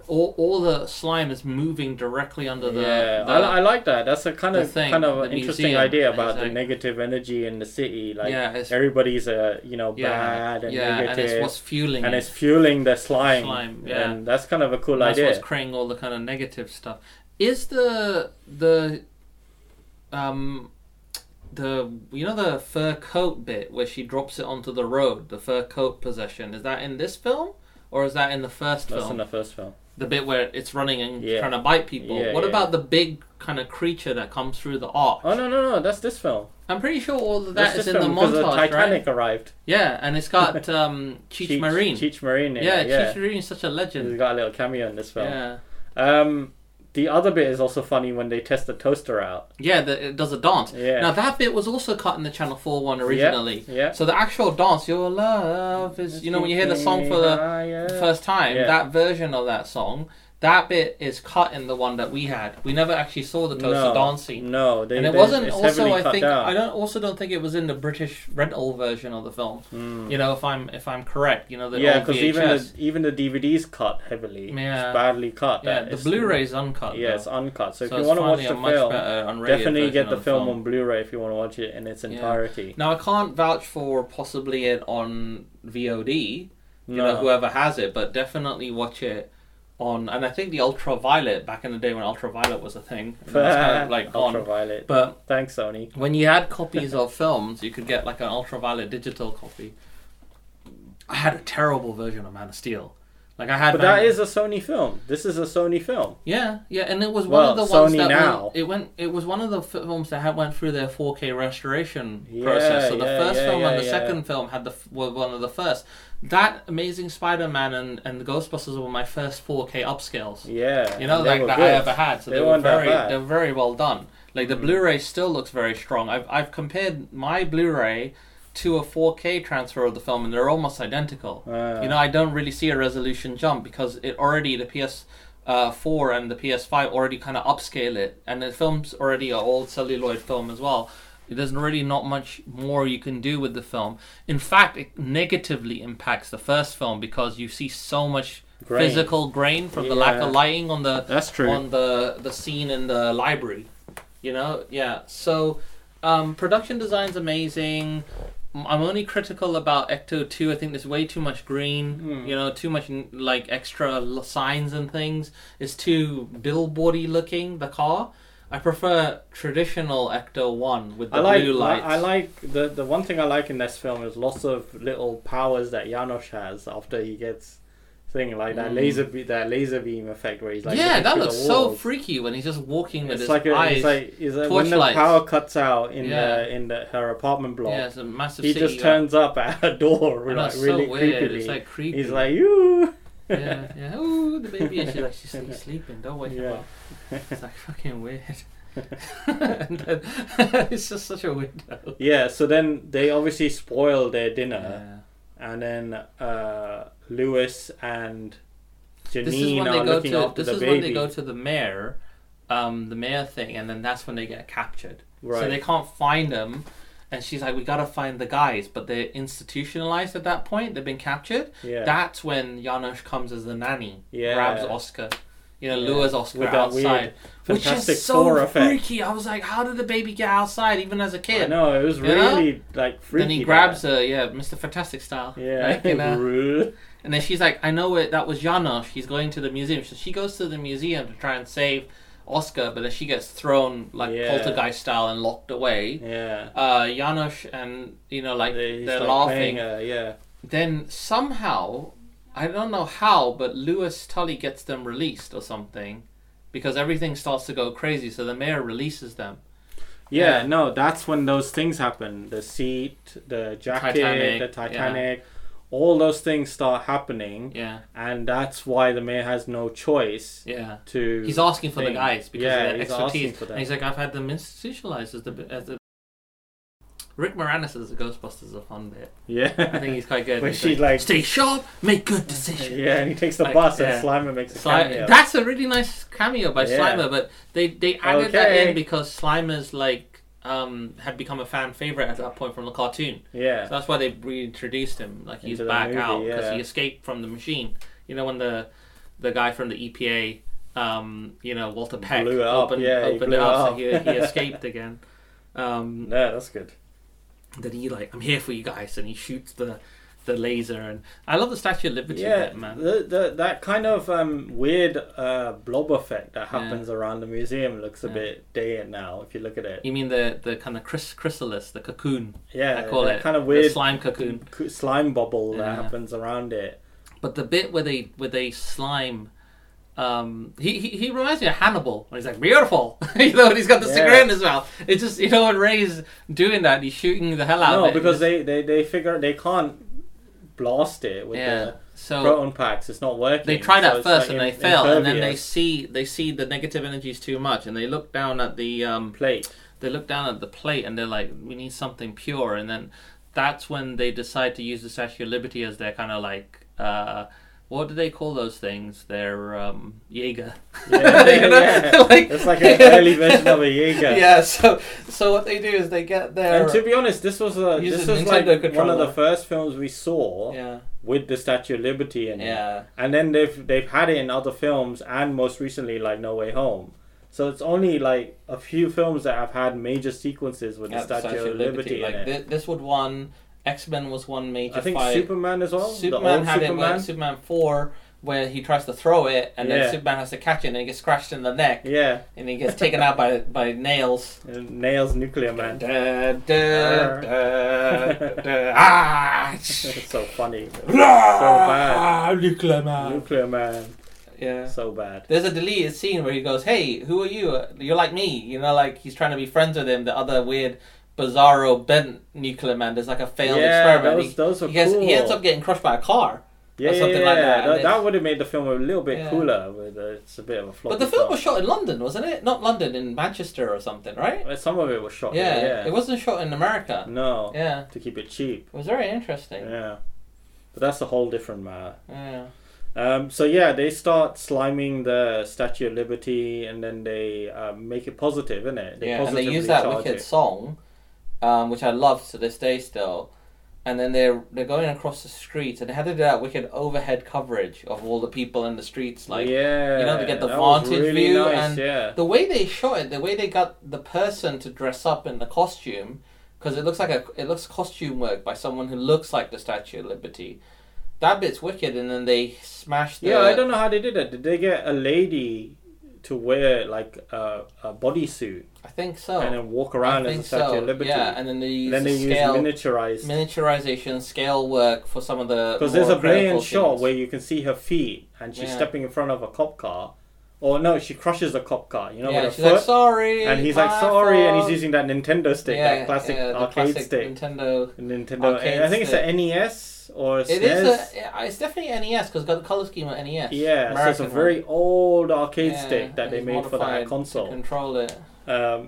Speaker 1: all, all the slime is moving directly under the.
Speaker 2: yeah,
Speaker 1: the-
Speaker 2: I, I like that. That's a kind
Speaker 1: the
Speaker 2: of
Speaker 1: thing,
Speaker 2: kind of
Speaker 1: the
Speaker 2: an interesting
Speaker 1: museum,
Speaker 2: idea about
Speaker 1: exactly.
Speaker 2: the negative energy in the city. Like
Speaker 1: Yeah, it's-
Speaker 2: everybody's a you know
Speaker 1: yeah,
Speaker 2: bad and
Speaker 1: yeah, and
Speaker 2: negative,
Speaker 1: it's what's fueling
Speaker 2: and
Speaker 1: it.
Speaker 2: it's fueling the slime.
Speaker 1: Slime, yeah.
Speaker 2: and that's kind of a cool
Speaker 1: That's
Speaker 2: idea.
Speaker 1: what's creating all the kind of negative stuff. Is the the um the you know the fur coat bit where she drops it onto the road, the fur coat possession, is that in this film? Or is that in the first
Speaker 2: That's in
Speaker 1: film?
Speaker 2: the first film.
Speaker 1: The bit where it's running and
Speaker 2: Yeah.
Speaker 1: trying to bite people.
Speaker 2: Yeah,
Speaker 1: what
Speaker 2: yeah.
Speaker 1: about the big kind of creature that comes through the arch?
Speaker 2: Oh no no no, that's this film.
Speaker 1: I'm pretty sure all of
Speaker 2: That's
Speaker 1: that is
Speaker 2: this
Speaker 1: in the
Speaker 2: film because
Speaker 1: montage,
Speaker 2: the Titanic
Speaker 1: right?
Speaker 2: arrived.
Speaker 1: Yeah, and it's got um, Cheech, Marine.
Speaker 2: Cheech Marine. in
Speaker 1: yeah,
Speaker 2: it, yeah.
Speaker 1: Cheech Marine is such a
Speaker 2: He's
Speaker 1: legend.
Speaker 2: got a little cameo in this film.
Speaker 1: Yeah,
Speaker 2: Um, the other bit is also funny when they test the toaster out.
Speaker 1: yeah, the, it does a dance.
Speaker 2: Yeah.
Speaker 1: Now that bit was also cut in the Channel Four one
Speaker 2: Yeah,
Speaker 1: originally.
Speaker 2: Yeah.
Speaker 1: So the actual dance, your love is, you know, when you hear the song for the
Speaker 2: Higher.
Speaker 1: first time,
Speaker 2: Yeah.
Speaker 1: that version of that song, that bit is cut in the one that we had. We never actually saw the toaster
Speaker 2: no,
Speaker 1: dancing,
Speaker 2: No, they,
Speaker 1: and it
Speaker 2: they-
Speaker 1: wasn't
Speaker 2: it's
Speaker 1: also.
Speaker 2: heavily
Speaker 1: I
Speaker 2: cut
Speaker 1: think
Speaker 2: down.
Speaker 1: I don't also don't think it was in the British rental version of the film. You know, if I'm if I'm correct, you know the
Speaker 2: Mm. yeah,
Speaker 1: old
Speaker 2: because
Speaker 1: VHS.
Speaker 2: even the, even the DVD's cut heavily.
Speaker 1: Yeah.
Speaker 2: It's badly cut.
Speaker 1: yeah,
Speaker 2: that
Speaker 1: the
Speaker 2: is-
Speaker 1: Blu-ray's uncut.
Speaker 2: Yeah,
Speaker 1: though.
Speaker 2: it's uncut.
Speaker 1: So
Speaker 2: So, if you
Speaker 1: it's
Speaker 2: want to watch
Speaker 1: finally
Speaker 2: the
Speaker 1: a much
Speaker 2: film,
Speaker 1: better unrated
Speaker 2: definitely
Speaker 1: version
Speaker 2: get the
Speaker 1: of
Speaker 2: film, on Blu-ray if you want to watch it in its entirety.
Speaker 1: Now I can't vouch for possibly it on VOD. You
Speaker 2: No.
Speaker 1: know, whoever has it, but definitely watch it on. And I think the Ultraviolet back in the day when Ultraviolet was a thing, and that's kind of like gone.
Speaker 2: Ultraviolet.
Speaker 1: But
Speaker 2: Thanks, Sony.
Speaker 1: when you had copies of films, you could get like an Ultraviolet digital copy. I had a terrible version of Man of Steel. Like I had,
Speaker 2: But
Speaker 1: Man-
Speaker 2: that is a Sony film. This is a Sony film.
Speaker 1: yeah, yeah, and it was one
Speaker 2: Well,
Speaker 1: of the ones
Speaker 2: Sony
Speaker 1: that
Speaker 2: now.
Speaker 1: Went, it went. It was one of the films that had went through their 4K restoration
Speaker 2: Yeah,
Speaker 1: process. So the
Speaker 2: yeah,
Speaker 1: first
Speaker 2: yeah,
Speaker 1: film and
Speaker 2: yeah,
Speaker 1: the
Speaker 2: yeah.
Speaker 1: second film had the f- were one of the first. That Amazing Spider-Man and and the Ghostbusters were my first 4K upscales.
Speaker 2: Yeah.
Speaker 1: You know,
Speaker 2: they
Speaker 1: like
Speaker 2: were
Speaker 1: that I
Speaker 2: good.
Speaker 1: ever had. So they,
Speaker 2: They
Speaker 1: were
Speaker 2: weren't that
Speaker 1: very,
Speaker 2: bad. Mm.
Speaker 1: they're very well done. Like the Blu-ray still looks very strong. I've I've compared my Blu-ray to a 4K transfer of the film, and they're almost identical.
Speaker 2: Ah.
Speaker 1: You know, I don't really see a resolution jump because it already the PS. Uh, 4 and the PS5 already kind of upscale it, and the film's already an old celluloid film as well. There's really not much more you can do with the film. In fact, it negatively impacts the first film because you see so much
Speaker 2: Grain.
Speaker 1: physical grain from the lack
Speaker 2: Yeah.
Speaker 1: of lighting on the
Speaker 2: That's true.
Speaker 1: on the the scene in the library. You know, yeah. So um, production design's amazing. M- I'm only critical about Ecto Two. I think there's way too much green.
Speaker 2: Hmm.
Speaker 1: You know, too much n- like extra l- signs and things. It's too billboardy looking. The car. I prefer traditional Ecto One with the
Speaker 2: I like
Speaker 1: blue
Speaker 2: I,
Speaker 1: lights.
Speaker 2: I like the the one thing I like in this film is lots of little powers that Janosch has after he gets thing like that laser be- that laser beam effect where he's like
Speaker 1: Mm. yeah,
Speaker 2: looking
Speaker 1: that
Speaker 2: through the
Speaker 1: looks so
Speaker 2: walls.
Speaker 1: freaky when he's just walking with
Speaker 2: It's
Speaker 1: his
Speaker 2: like, a,
Speaker 1: eyes.
Speaker 2: it's like it's like when the
Speaker 1: torchlights.
Speaker 2: power cuts out in
Speaker 1: Yeah.
Speaker 2: the in the, her apartment block,
Speaker 1: yeah, it's a massive.
Speaker 2: he
Speaker 1: city
Speaker 2: just
Speaker 1: guy.
Speaker 2: turns up at a door
Speaker 1: I know,
Speaker 2: like
Speaker 1: it's
Speaker 2: really
Speaker 1: so weird.
Speaker 2: creepily.
Speaker 1: It's like creepy.
Speaker 2: he's like you.
Speaker 1: yeah, yeah. Ooh, the baby, and she's like, she's sleep- sleeping. Don't wake
Speaker 2: Yeah.
Speaker 1: her up. It's like fucking weird. And then- it's just such a window.
Speaker 2: Yeah, so then they obviously spoil their dinner,
Speaker 1: Yeah.
Speaker 2: and then uh, Lewis and Janine
Speaker 1: This is when
Speaker 2: are
Speaker 1: they go
Speaker 2: looking
Speaker 1: to.
Speaker 2: after
Speaker 1: This
Speaker 2: the
Speaker 1: is
Speaker 2: baby.
Speaker 1: when they go to the mayor, um, the mayor thing, and then that's when they get captured. So
Speaker 2: Right.
Speaker 1: they can't find them, and she's like, "We gotta find the guys," but they're institutionalized at that point. They've been captured.
Speaker 2: Yeah.
Speaker 1: That's when Janusz comes as the nanny,
Speaker 2: Yeah.
Speaker 1: grabs Oscar, you know,
Speaker 2: Yeah.
Speaker 1: lures Oscar
Speaker 2: With that weird
Speaker 1: outside, which
Speaker 2: Fantastic
Speaker 1: is so
Speaker 2: Four effect.
Speaker 1: freaky. I was like, "How did the baby get outside, even as a
Speaker 2: I
Speaker 1: kid?"
Speaker 2: know it was
Speaker 1: You know?
Speaker 2: really like freaky.
Speaker 1: Then he grabs her, yeah, Mr. Fantastic style.
Speaker 2: Yeah,
Speaker 1: Like, you know.
Speaker 2: Rude.
Speaker 1: And then she's like, I know it, that was Janosch. He's going to the museum. So she goes to the museum to try and save Oscar, but then she gets thrown, like,
Speaker 2: Yeah.
Speaker 1: poltergeist style and locked away.
Speaker 2: Yeah.
Speaker 1: Uh, Janosch and, you know, like,
Speaker 2: He's,
Speaker 1: they're
Speaker 2: like,
Speaker 1: laughing.
Speaker 2: playing her, yeah.
Speaker 1: Then somehow, I don't know how, but Lewis Tully gets them released or something because everything starts to go crazy. So the mayor releases them.
Speaker 2: yeah,
Speaker 1: Yeah.
Speaker 2: No, that's when those things happen. The seat, the jacket,
Speaker 1: Titanic,
Speaker 2: the
Speaker 1: yeah.
Speaker 2: Titanic, all those things start happening,
Speaker 1: Yeah,
Speaker 2: and that's why the mayor has no choice
Speaker 1: yeah.
Speaker 2: to.
Speaker 1: He's asking for the
Speaker 2: thing.
Speaker 1: guys because
Speaker 2: Yeah,
Speaker 1: of their
Speaker 2: he's
Speaker 1: expertise.
Speaker 2: asking for them.
Speaker 1: And he's like, I've had them institutionalized as the as the. Rick Moranis as the Ghostbusters is a fun bit.
Speaker 2: Yeah.
Speaker 1: I think he's quite good.
Speaker 2: When
Speaker 1: He's
Speaker 2: she, like-
Speaker 1: stay sharp, make good decisions.
Speaker 2: yeah, and he takes the
Speaker 1: Like,
Speaker 2: bus,
Speaker 1: yeah.
Speaker 2: and Slimer makes a
Speaker 1: Sli-
Speaker 2: cameo.
Speaker 1: that's a really nice cameo by
Speaker 2: Yeah.
Speaker 1: Slimer, but they they added that
Speaker 2: Okay.
Speaker 1: in because Slimer's like um had become a fan favorite at that point from the cartoon.
Speaker 2: yeah.
Speaker 1: So that's why they reintroduced him. Like he's
Speaker 2: Into the
Speaker 1: back
Speaker 2: movie,
Speaker 1: out because
Speaker 2: yeah.
Speaker 1: he escaped from the machine. You know when the the guy from the EPA, um, you know Walter Peck,
Speaker 2: Blew it up,
Speaker 1: opened,
Speaker 2: yeah, he
Speaker 1: opened
Speaker 2: blew
Speaker 1: it
Speaker 2: it
Speaker 1: up, so
Speaker 2: up.
Speaker 1: he, he escaped again. Um,
Speaker 2: no, that's good.
Speaker 1: then he like, I'm here for you guys, and he shoots the the laser. And I love the Statue of Liberty
Speaker 2: Yeah,
Speaker 1: bit, man.
Speaker 2: The, the, that kind of um, weird uh, blob effect that happens around the museum looks a
Speaker 1: Yeah.
Speaker 2: bit dated now if you look at it.
Speaker 1: You mean the the kind of chris- chrysalis, the cocoon?
Speaker 2: Yeah,
Speaker 1: I call
Speaker 2: that
Speaker 1: it
Speaker 2: kind of
Speaker 1: the
Speaker 2: weird
Speaker 1: slime cocoon.
Speaker 2: c- slime bubble
Speaker 1: Yeah.
Speaker 2: that happens around it.
Speaker 1: But the bit where they where they slime. Um, he, he he reminds me of Hannibal when he's like beautiful, you know, and he's got the
Speaker 2: Yeah.
Speaker 1: cigarette in his mouth. It's just you know when Ray's doing that, he's shooting the hell out of
Speaker 2: No,
Speaker 1: it.
Speaker 2: because they, they, they figure they can't blast it with
Speaker 1: yeah,
Speaker 2: the
Speaker 1: so
Speaker 2: proton packs. It's not working.
Speaker 1: they try
Speaker 2: so
Speaker 1: that
Speaker 2: it's,
Speaker 1: first
Speaker 2: like,
Speaker 1: and they
Speaker 2: im-
Speaker 1: fail, and then they
Speaker 2: impervious
Speaker 1: see they see the negative energies too much, and they look down at the um
Speaker 2: plate.
Speaker 1: they look down at the plate and they're like, we need something pure. And then that's when they decide to use the Statue of Liberty as their kind of like, uh, what do they call those things? Their um, Jaeger.
Speaker 2: Yeah,
Speaker 1: You know?
Speaker 2: yeah.
Speaker 1: Like-
Speaker 2: it's like an early version of a Jaeger.
Speaker 1: Yeah, so so what they do is they get their.
Speaker 2: And to be honest, this was a
Speaker 1: Uses
Speaker 2: this was
Speaker 1: Nintendo
Speaker 2: like one of
Speaker 1: controller.
Speaker 2: the first films we saw
Speaker 1: yeah,
Speaker 2: with the Statue of Liberty in it.
Speaker 1: yeah.
Speaker 2: And then they've they've had it in other films and most recently like No Way Home. So it's only like a few films that have had major sequences with
Speaker 1: Yeah,
Speaker 2: the Statue, of Liberty, in
Speaker 1: Like
Speaker 2: it.
Speaker 1: thi- this would one. X Men was one major
Speaker 2: I think
Speaker 1: fight.
Speaker 2: Superman as well. the
Speaker 1: Superman
Speaker 2: old
Speaker 1: had it
Speaker 2: Superman.
Speaker 1: with Superman four, where he tries to throw it, and
Speaker 2: Yeah.
Speaker 1: then Superman has to catch it, and he gets crushed in the neck,
Speaker 2: yeah,
Speaker 1: and he gets taken out by by nails.
Speaker 2: and nails Nuclear Man.
Speaker 1: Da, da, da, da, ah,
Speaker 2: It's so funny.
Speaker 1: bad. Nuclear man.
Speaker 2: Nuclear Man,
Speaker 1: Yeah.
Speaker 2: so bad.
Speaker 1: There's a deleted scene where he goes, "Hey, who are you? You're like me." You know, like he's trying to be friends with him. The other weird, bizarro bent nuclear man. There's like a failed
Speaker 2: yeah,
Speaker 1: experiment.
Speaker 2: those
Speaker 1: He-
Speaker 2: those
Speaker 1: he,
Speaker 2: were
Speaker 1: gets,
Speaker 2: cool.
Speaker 1: he ends up getting crushed by a car.
Speaker 2: yeah, yeah,
Speaker 1: something
Speaker 2: yeah.
Speaker 1: like that, and
Speaker 2: That,
Speaker 1: it's-
Speaker 2: would have made the film a little bit
Speaker 1: Yeah.
Speaker 2: cooler. With a, it's a bit of a flop.
Speaker 1: But the film was shot in London, wasn't it? Not London, in Manchester or something, right?
Speaker 2: some of it was shot.
Speaker 1: Yeah,
Speaker 2: yeah.
Speaker 1: it wasn't shot in America.
Speaker 2: no,
Speaker 1: Yeah,
Speaker 2: to keep it cheap.
Speaker 1: it was very interesting.
Speaker 2: Yeah, but that's a whole different matter.
Speaker 1: yeah.
Speaker 2: Um, so yeah, they start sliming the Statue of Liberty, and then they uh, make it positive, innit? They
Speaker 1: yeah, and they
Speaker 2: positively
Speaker 1: use that
Speaker 2: charge
Speaker 1: wicked
Speaker 2: it.
Speaker 1: song, um, which I love to this day still. And then they're they're going across the streets, and they had to do that wicked overhead coverage of all the people in the streets, like
Speaker 2: yeah,
Speaker 1: you know, to get the
Speaker 2: that was
Speaker 1: vantage
Speaker 2: really
Speaker 1: view
Speaker 2: nice,
Speaker 1: and
Speaker 2: yeah,
Speaker 1: the way they shot it, the way they got the person to dress up in the costume, because it looks like a it looks costume work by someone who looks like the Statue of Liberty. That bit's wicked, and then they smash the
Speaker 2: yeah. I don't know how they did it. Did they get a lady to wear like a, a bodysuit
Speaker 1: I think so.
Speaker 2: and then walk
Speaker 1: Oh, I
Speaker 2: around as
Speaker 1: think
Speaker 2: the Statue
Speaker 1: so.
Speaker 2: of Liberty?
Speaker 1: Yeah, and then they use
Speaker 2: then
Speaker 1: the
Speaker 2: they use
Speaker 1: scale.
Speaker 2: miniaturized
Speaker 1: miniaturization scale work for some of the
Speaker 2: Because there's
Speaker 1: more
Speaker 2: a brilliant
Speaker 1: critical
Speaker 2: shot
Speaker 1: scenes.
Speaker 2: where you can see her feet and she's
Speaker 1: Yeah.
Speaker 2: stepping in front of a cop car. Or no, she crushes a cop car, you know,
Speaker 1: yeah,
Speaker 2: with
Speaker 1: she's
Speaker 2: her
Speaker 1: like
Speaker 2: foot.
Speaker 1: sorry,
Speaker 2: and he's like,
Speaker 1: my
Speaker 2: sorry, and he's
Speaker 1: fault."
Speaker 2: using that Nintendo stick, that classic
Speaker 1: yeah, the
Speaker 2: arcade
Speaker 1: classic
Speaker 2: stick.
Speaker 1: Nintendo.
Speaker 2: Nintendo,
Speaker 1: arcade
Speaker 2: I think it's a NES or E a SNES.
Speaker 1: It is a, it's definitely NES because got the color scheme of NES.
Speaker 2: yeah, so it's a
Speaker 1: American
Speaker 2: very old
Speaker 1: one.
Speaker 2: arcade
Speaker 1: Yeah,
Speaker 2: stick that
Speaker 1: and
Speaker 2: they
Speaker 1: it's
Speaker 2: made for
Speaker 1: modified
Speaker 2: that
Speaker 1: to
Speaker 2: console.
Speaker 1: control it.
Speaker 2: Um,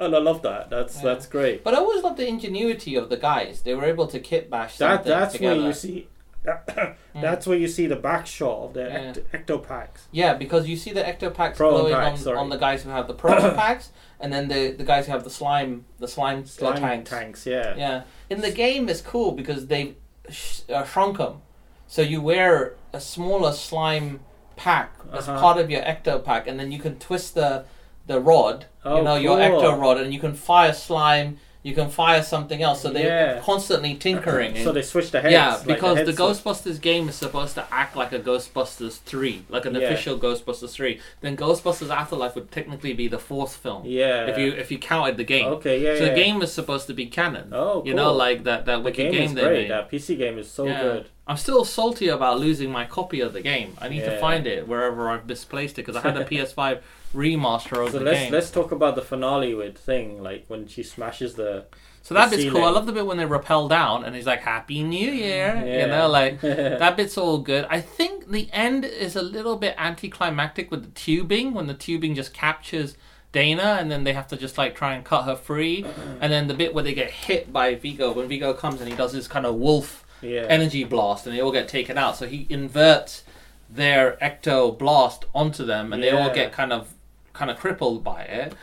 Speaker 2: and I love that. That's
Speaker 1: Yeah.
Speaker 2: that's great.
Speaker 1: But I always loved the ingenuity of the guys. They were able to kit bash
Speaker 2: That
Speaker 1: something
Speaker 2: that's
Speaker 1: together.
Speaker 2: where you see That's where you see the back shot of the
Speaker 1: Yeah.
Speaker 2: ect- ectopacks.
Speaker 1: Yeah, because you see the ectopacks
Speaker 2: Proton
Speaker 1: glowing on,
Speaker 2: packs, sorry.
Speaker 1: on the guys who have the proton packs, and then the the guys who have the slime the slime, uh,
Speaker 2: Slime
Speaker 1: tanks.
Speaker 2: tanks. yeah.
Speaker 1: Yeah, in the game it's cool because they sh- uh, shrunk them, so you wear a smaller slime pack as
Speaker 2: Uh-huh.
Speaker 1: part of your ecto pack, and then you can twist the the rod,
Speaker 2: Oh,
Speaker 1: you know, your
Speaker 2: cool.
Speaker 1: ecto rod, and you can fire slime. You can fire something else, so they're
Speaker 2: Yeah.
Speaker 1: constantly tinkering.
Speaker 2: So they switch the heads.
Speaker 1: yeah,
Speaker 2: like
Speaker 1: because the,
Speaker 2: heads are-
Speaker 1: Ghostbusters game is supposed to act like a Ghostbusters 3, like an
Speaker 2: Yeah.
Speaker 1: official Ghostbusters 3. Then Ghostbusters Afterlife would technically be the fourth film.
Speaker 2: Yeah.
Speaker 1: If you if you counted the game.
Speaker 2: Okay, yeah,
Speaker 1: So
Speaker 2: yeah.
Speaker 1: the game is supposed to be canon.
Speaker 2: Oh,
Speaker 1: You know,
Speaker 2: cool.
Speaker 1: like that that
Speaker 2: the
Speaker 1: wicked
Speaker 2: game, is
Speaker 1: they
Speaker 2: great.
Speaker 1: made.
Speaker 2: That PC game is so
Speaker 1: Yeah.
Speaker 2: good.
Speaker 1: I'm still salty about losing my copy of the game. I need to
Speaker 2: Yeah.
Speaker 1: find it wherever I've misplaced it because I had a PS5 remaster of
Speaker 2: So
Speaker 1: the
Speaker 2: let's
Speaker 1: game.
Speaker 2: let's talk about the finale with thing, like when she smashes the
Speaker 1: So that
Speaker 2: the
Speaker 1: bit's cool. I
Speaker 2: ceiling.
Speaker 1: love the bit when they rappel down and he's like, Happy New Year. You
Speaker 2: Yeah.
Speaker 1: know, like, that bit's all good. I think the end is a little bit anticlimactic with the tubing, when the tubing just captures Dana and then they have to just, like, try and cut her free. And then the bit where they get hit by Vigo, when Vigo comes and he does his kind of wolf
Speaker 2: Yeah.
Speaker 1: energy blast and they all get taken out. So he inverts their ecto blast onto them and they all
Speaker 2: Yeah.
Speaker 1: get kind of kind of crippled by it.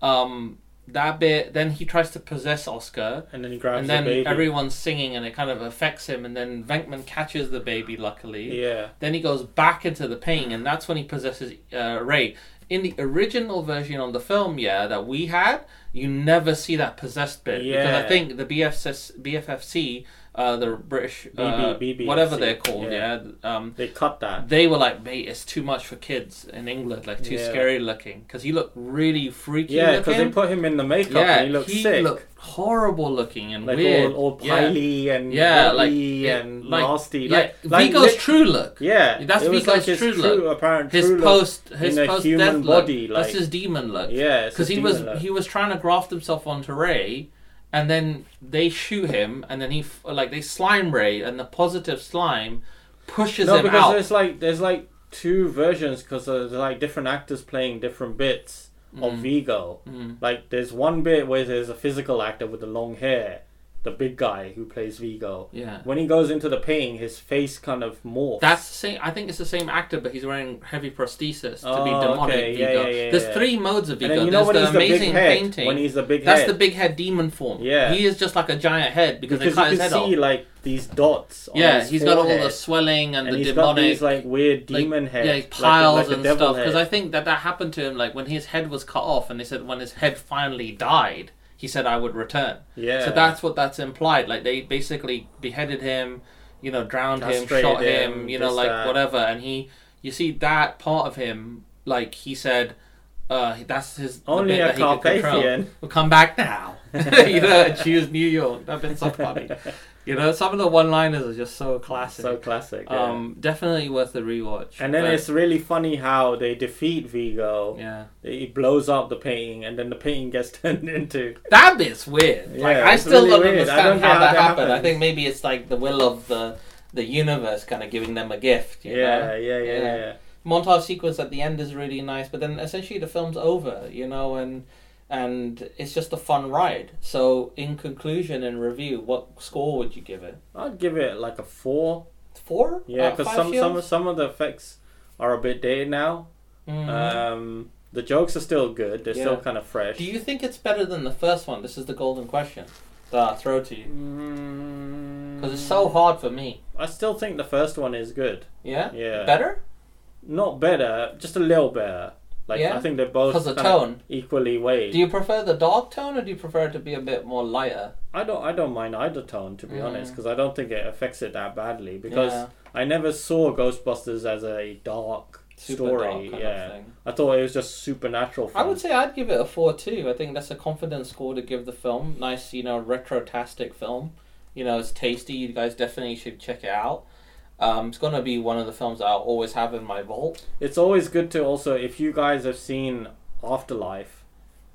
Speaker 1: Um, that bit, then he tries to possess Oscar,
Speaker 2: and then he grabs
Speaker 1: and
Speaker 2: the
Speaker 1: then
Speaker 2: baby.
Speaker 1: everyone's singing, and it kind of affects him. And then Venkman catches the baby, luckily.
Speaker 2: yeah.
Speaker 1: Then he goes back into the pain, and that's when he possesses uh, Ray. In the original version on the film, yeah, that we had, you never see that possessed bit because I
Speaker 2: Yeah.
Speaker 1: think the BFS, BFFC, uh, the British, uh,
Speaker 2: BB,
Speaker 1: whatever
Speaker 2: BFFC,
Speaker 1: they're called, yeah,
Speaker 2: yeah.
Speaker 1: um,
Speaker 2: They cut that.
Speaker 1: they were like, mate, it's too much for kids in England, like too
Speaker 2: Yeah.
Speaker 1: scary looking, because he looked really freaky
Speaker 2: Yeah, because they
Speaker 1: looking.
Speaker 2: put him in the makeup and he looked sick.
Speaker 1: looked horrible looking and
Speaker 2: like
Speaker 1: weird.
Speaker 2: all, all
Speaker 1: yeah.
Speaker 2: piley and
Speaker 1: Yeah, like
Speaker 2: bloody
Speaker 1: yeah,
Speaker 2: and
Speaker 1: like-
Speaker 2: nasty.
Speaker 1: yeah,
Speaker 2: Like, like
Speaker 1: Vigo's
Speaker 2: lit-
Speaker 1: true look.
Speaker 2: Yeah,
Speaker 1: That's
Speaker 2: it was
Speaker 1: Vigo's
Speaker 2: like his
Speaker 1: true
Speaker 2: true,
Speaker 1: look.
Speaker 2: apparent
Speaker 1: His
Speaker 2: true look.
Speaker 1: post, his
Speaker 2: in a
Speaker 1: post
Speaker 2: human
Speaker 1: death
Speaker 2: body,
Speaker 1: look. That's
Speaker 2: like-
Speaker 1: his demon look.
Speaker 2: Yeah, it's
Speaker 1: because
Speaker 2: his
Speaker 1: he was
Speaker 2: demon look.
Speaker 1: he was trying to graft himself onto Ray, and then they shoot him, and then he f- like they slime Ray, and the positive slime pushes
Speaker 2: no,
Speaker 1: him
Speaker 2: because
Speaker 1: out.
Speaker 2: there's like there's like two versions because there's like different actors playing different bits
Speaker 1: Mm.
Speaker 2: of Vigo. Like there's one bit where there's a physical actor with the long hair, the big guy who plays Vigo.
Speaker 1: Yeah.
Speaker 2: When he goes into the paint, his face kind of morphs.
Speaker 1: That's the same. I think it's the same actor, but he's wearing heavy prosthesis to be
Speaker 2: Oh,
Speaker 1: demonic
Speaker 2: okay. Yeah,
Speaker 1: Vigo.
Speaker 2: yeah, yeah,
Speaker 1: There's
Speaker 2: yeah.
Speaker 1: three modes of
Speaker 2: and
Speaker 1: Vigo.
Speaker 2: then you know
Speaker 1: There's
Speaker 2: when
Speaker 1: the
Speaker 2: he's the big
Speaker 1: amazing
Speaker 2: head.
Speaker 1: painting.
Speaker 2: When he's the big
Speaker 1: That's
Speaker 2: head.
Speaker 1: the big head demon form.
Speaker 2: Yeah.
Speaker 1: He is just like a giant head because,
Speaker 2: because
Speaker 1: they cut
Speaker 2: you
Speaker 1: his
Speaker 2: can
Speaker 1: head
Speaker 2: see
Speaker 1: off.
Speaker 2: like these dots. on
Speaker 1: yeah,
Speaker 2: his
Speaker 1: he's got all the
Speaker 2: forehead,
Speaker 1: swelling and,
Speaker 2: and
Speaker 1: the
Speaker 2: he's got
Speaker 1: demonic
Speaker 2: these like weird
Speaker 1: like,
Speaker 2: demon heads,
Speaker 1: yeah, piles
Speaker 2: like, a- like a
Speaker 1: and
Speaker 2: devil
Speaker 1: stuff. Because I
Speaker 2: head.
Speaker 1: think that that happened to him, like when his head was cut off, and they said when his head finally died, he said, "I would return."
Speaker 2: Yeah.
Speaker 1: So that's what that's implied. Like they basically beheaded him, you know, drowned him,
Speaker 2: Castrated
Speaker 1: shot him,
Speaker 2: him,
Speaker 1: you know,
Speaker 2: this,
Speaker 1: like
Speaker 2: that.
Speaker 1: whatever. And he, you see that part of him, like he said. Uh, that's his the
Speaker 2: Only
Speaker 1: bit
Speaker 2: a
Speaker 1: that he could control.
Speaker 2: Carpathian.
Speaker 1: We'll come back now. you know, and choose New York. That'd been so funny. You know, some of the one-liners are just so classic.
Speaker 2: so classic. yeah.
Speaker 1: Um, definitely worth a rewatch.
Speaker 2: And then
Speaker 1: but-
Speaker 2: it's really funny how they defeat Vigo.
Speaker 1: yeah,
Speaker 2: He blows up the painting, and then the painting gets turned into.
Speaker 1: that bit's weird. Like
Speaker 2: Yeah,
Speaker 1: I
Speaker 2: it's
Speaker 1: still
Speaker 2: really
Speaker 1: don't
Speaker 2: weird. I
Speaker 1: understand
Speaker 2: don't know
Speaker 1: how,
Speaker 2: how
Speaker 1: that
Speaker 2: that
Speaker 1: happened. I
Speaker 2: happens.
Speaker 1: think maybe it's like the will of the the universe, kind of giving them a gift. You
Speaker 2: Yeah,
Speaker 1: know?
Speaker 2: yeah, yeah,
Speaker 1: Yeah.
Speaker 2: yeah,
Speaker 1: Montage sequence at the end is really nice, but then essentially the film's over. You know, and and it's just a fun ride. So in conclusion and review, what score would you give it?
Speaker 2: I'd give it like a four.
Speaker 1: Four?
Speaker 2: Yeah,
Speaker 1: Out of
Speaker 2: because
Speaker 1: Uh, five
Speaker 2: some some
Speaker 1: shields?
Speaker 2: some of the effects are a bit dated now.
Speaker 1: Mhm.
Speaker 2: Um, the jokes are still good. They're still
Speaker 1: Yeah.
Speaker 2: kind of fresh.
Speaker 1: Do you think it's better than the first one? This is the golden question that I throw to you because it's so hard for me.
Speaker 2: Mm. I still think the first one is good.
Speaker 1: Yeah.
Speaker 2: Yeah.
Speaker 1: Better
Speaker 2: Not better, just a little better. Like
Speaker 1: Yeah?
Speaker 2: I think they're both
Speaker 1: because the
Speaker 2: kind of
Speaker 1: tone.
Speaker 2: equally weighed.
Speaker 1: Do you prefer the dark tone or do you prefer it to be a bit more lighter?
Speaker 2: I don't I don't mind either tone to be honest, 'cause honest because I don't think it affects it that badly because
Speaker 1: Mm. Yeah.
Speaker 2: I never saw Ghostbusters as a dark
Speaker 1: Super
Speaker 2: story.
Speaker 1: dark kind of
Speaker 2: yeah,
Speaker 1: thing.
Speaker 2: I thought it was just supernatural.
Speaker 1: I
Speaker 2: Fun.
Speaker 1: would say I'd give it a four too. I think that's a confident score to give the film. Nice, you know, retro-tastic film. You know, it's tasty. You guys definitely should check it out. Um, it's gonna be one of the films that I'll always have in my vault.
Speaker 2: It's always good to also if you guys have seen Afterlife,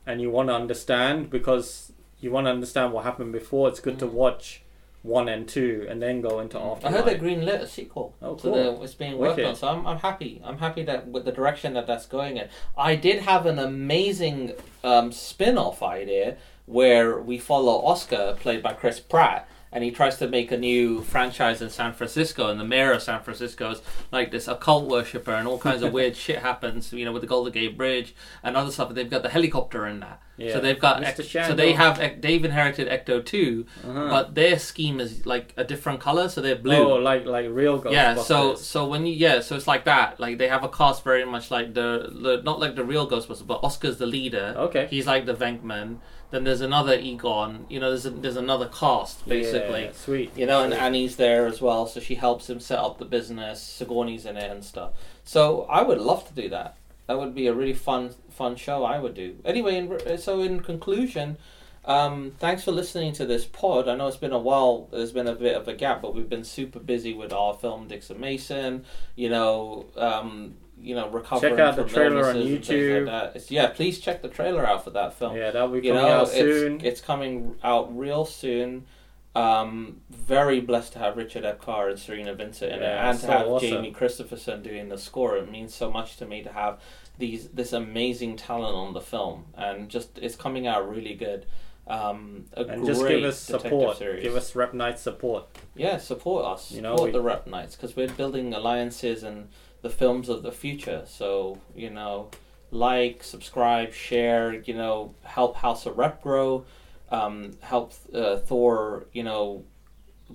Speaker 2: and you want to understand because you want to understand what happened before. It's good to watch one and two and then go into
Speaker 1: Mm. I
Speaker 2: Afterlife.
Speaker 1: heard they greenlit a sequel.
Speaker 2: Oh,
Speaker 1: So
Speaker 2: cool.
Speaker 1: they're- it's being worked
Speaker 2: Wicked.
Speaker 1: on. So I'm, I'm happy. I'm happy that with the direction that that's going in. I did have an amazing um, spin off idea where we follow Oscar, played by Chris Pratt, and he tries to make a new franchise in San Francisco, and the mayor of San Francisco is like this occult worshiper, and all kinds of weird shit happens, you know, with the Golden Gate Bridge and other stuff. But they've got the helicopter in that,
Speaker 2: Yeah.
Speaker 1: so they've got
Speaker 2: Mr.
Speaker 1: Ec- so
Speaker 2: Shadow.
Speaker 1: they have Ec- they've inherited Ecto 2 but their scheme is like a different color, so they're blue.
Speaker 2: Uh-huh. Oh, like like real Ghostbusters.
Speaker 1: Yeah, so so when you yeah, so it's like that. Like they have a cast very much like the, the not like the real Ghostbusters, but Oscar's the leader.
Speaker 2: Okay.
Speaker 1: he's like the Venkman. Then there's another Egon. You know, there's a, there's another cast basically.
Speaker 2: Yeah, sweet.
Speaker 1: You know, and
Speaker 2: Sweet.
Speaker 1: Annie's there as well, so she helps him set up the business. Sigourney's in it and stuff. So I would love to do that. That would be a really fun fun show. I would do anyway. In, so in conclusion. Um, thanks for listening to this pod. I know it's been a while. There's been a bit of a gap, but we've been super busy with our film, Dixon Mason. You know, um, you know, recovering.
Speaker 2: Check out the
Speaker 1: from
Speaker 2: trailer
Speaker 1: illnesses
Speaker 2: on
Speaker 1: and things like
Speaker 2: YouTube.
Speaker 1: that. It's- yeah, please check the trailer out for that film
Speaker 2: yeah, that'll be
Speaker 1: you
Speaker 2: coming
Speaker 1: know,
Speaker 2: out
Speaker 1: it's,
Speaker 2: soon.
Speaker 1: it's coming out real soon. Um, very blessed to have Richard Epcar and Serena Vincent in
Speaker 2: Yeah,
Speaker 1: it, and to
Speaker 2: so
Speaker 1: have
Speaker 2: awesome.
Speaker 1: Jamie Christopherson doing the score. It means so much to me to have these this amazing talent on the film, and just it's coming out really good. Um, a
Speaker 2: and
Speaker 1: great
Speaker 2: just give us
Speaker 1: detective
Speaker 2: support.
Speaker 1: Series.
Speaker 2: Give us Rep Night support.
Speaker 1: yeah, support us.
Speaker 2: You know,
Speaker 1: support
Speaker 2: we-
Speaker 1: the Rep Nights because we're building alliances and the films of the future. So you know, like, subscribe, share. You know, help House of Rep grow. Um, help uh, Thor. You know,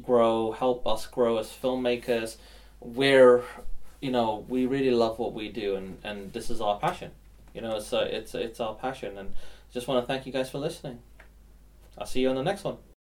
Speaker 1: grow. Help us grow as filmmakers. We're, you know, we really love what we do, and and this is our passion. You know, it's uh, it's it's our passion, and just want to thank you guys for listening. I'll see you on the next one.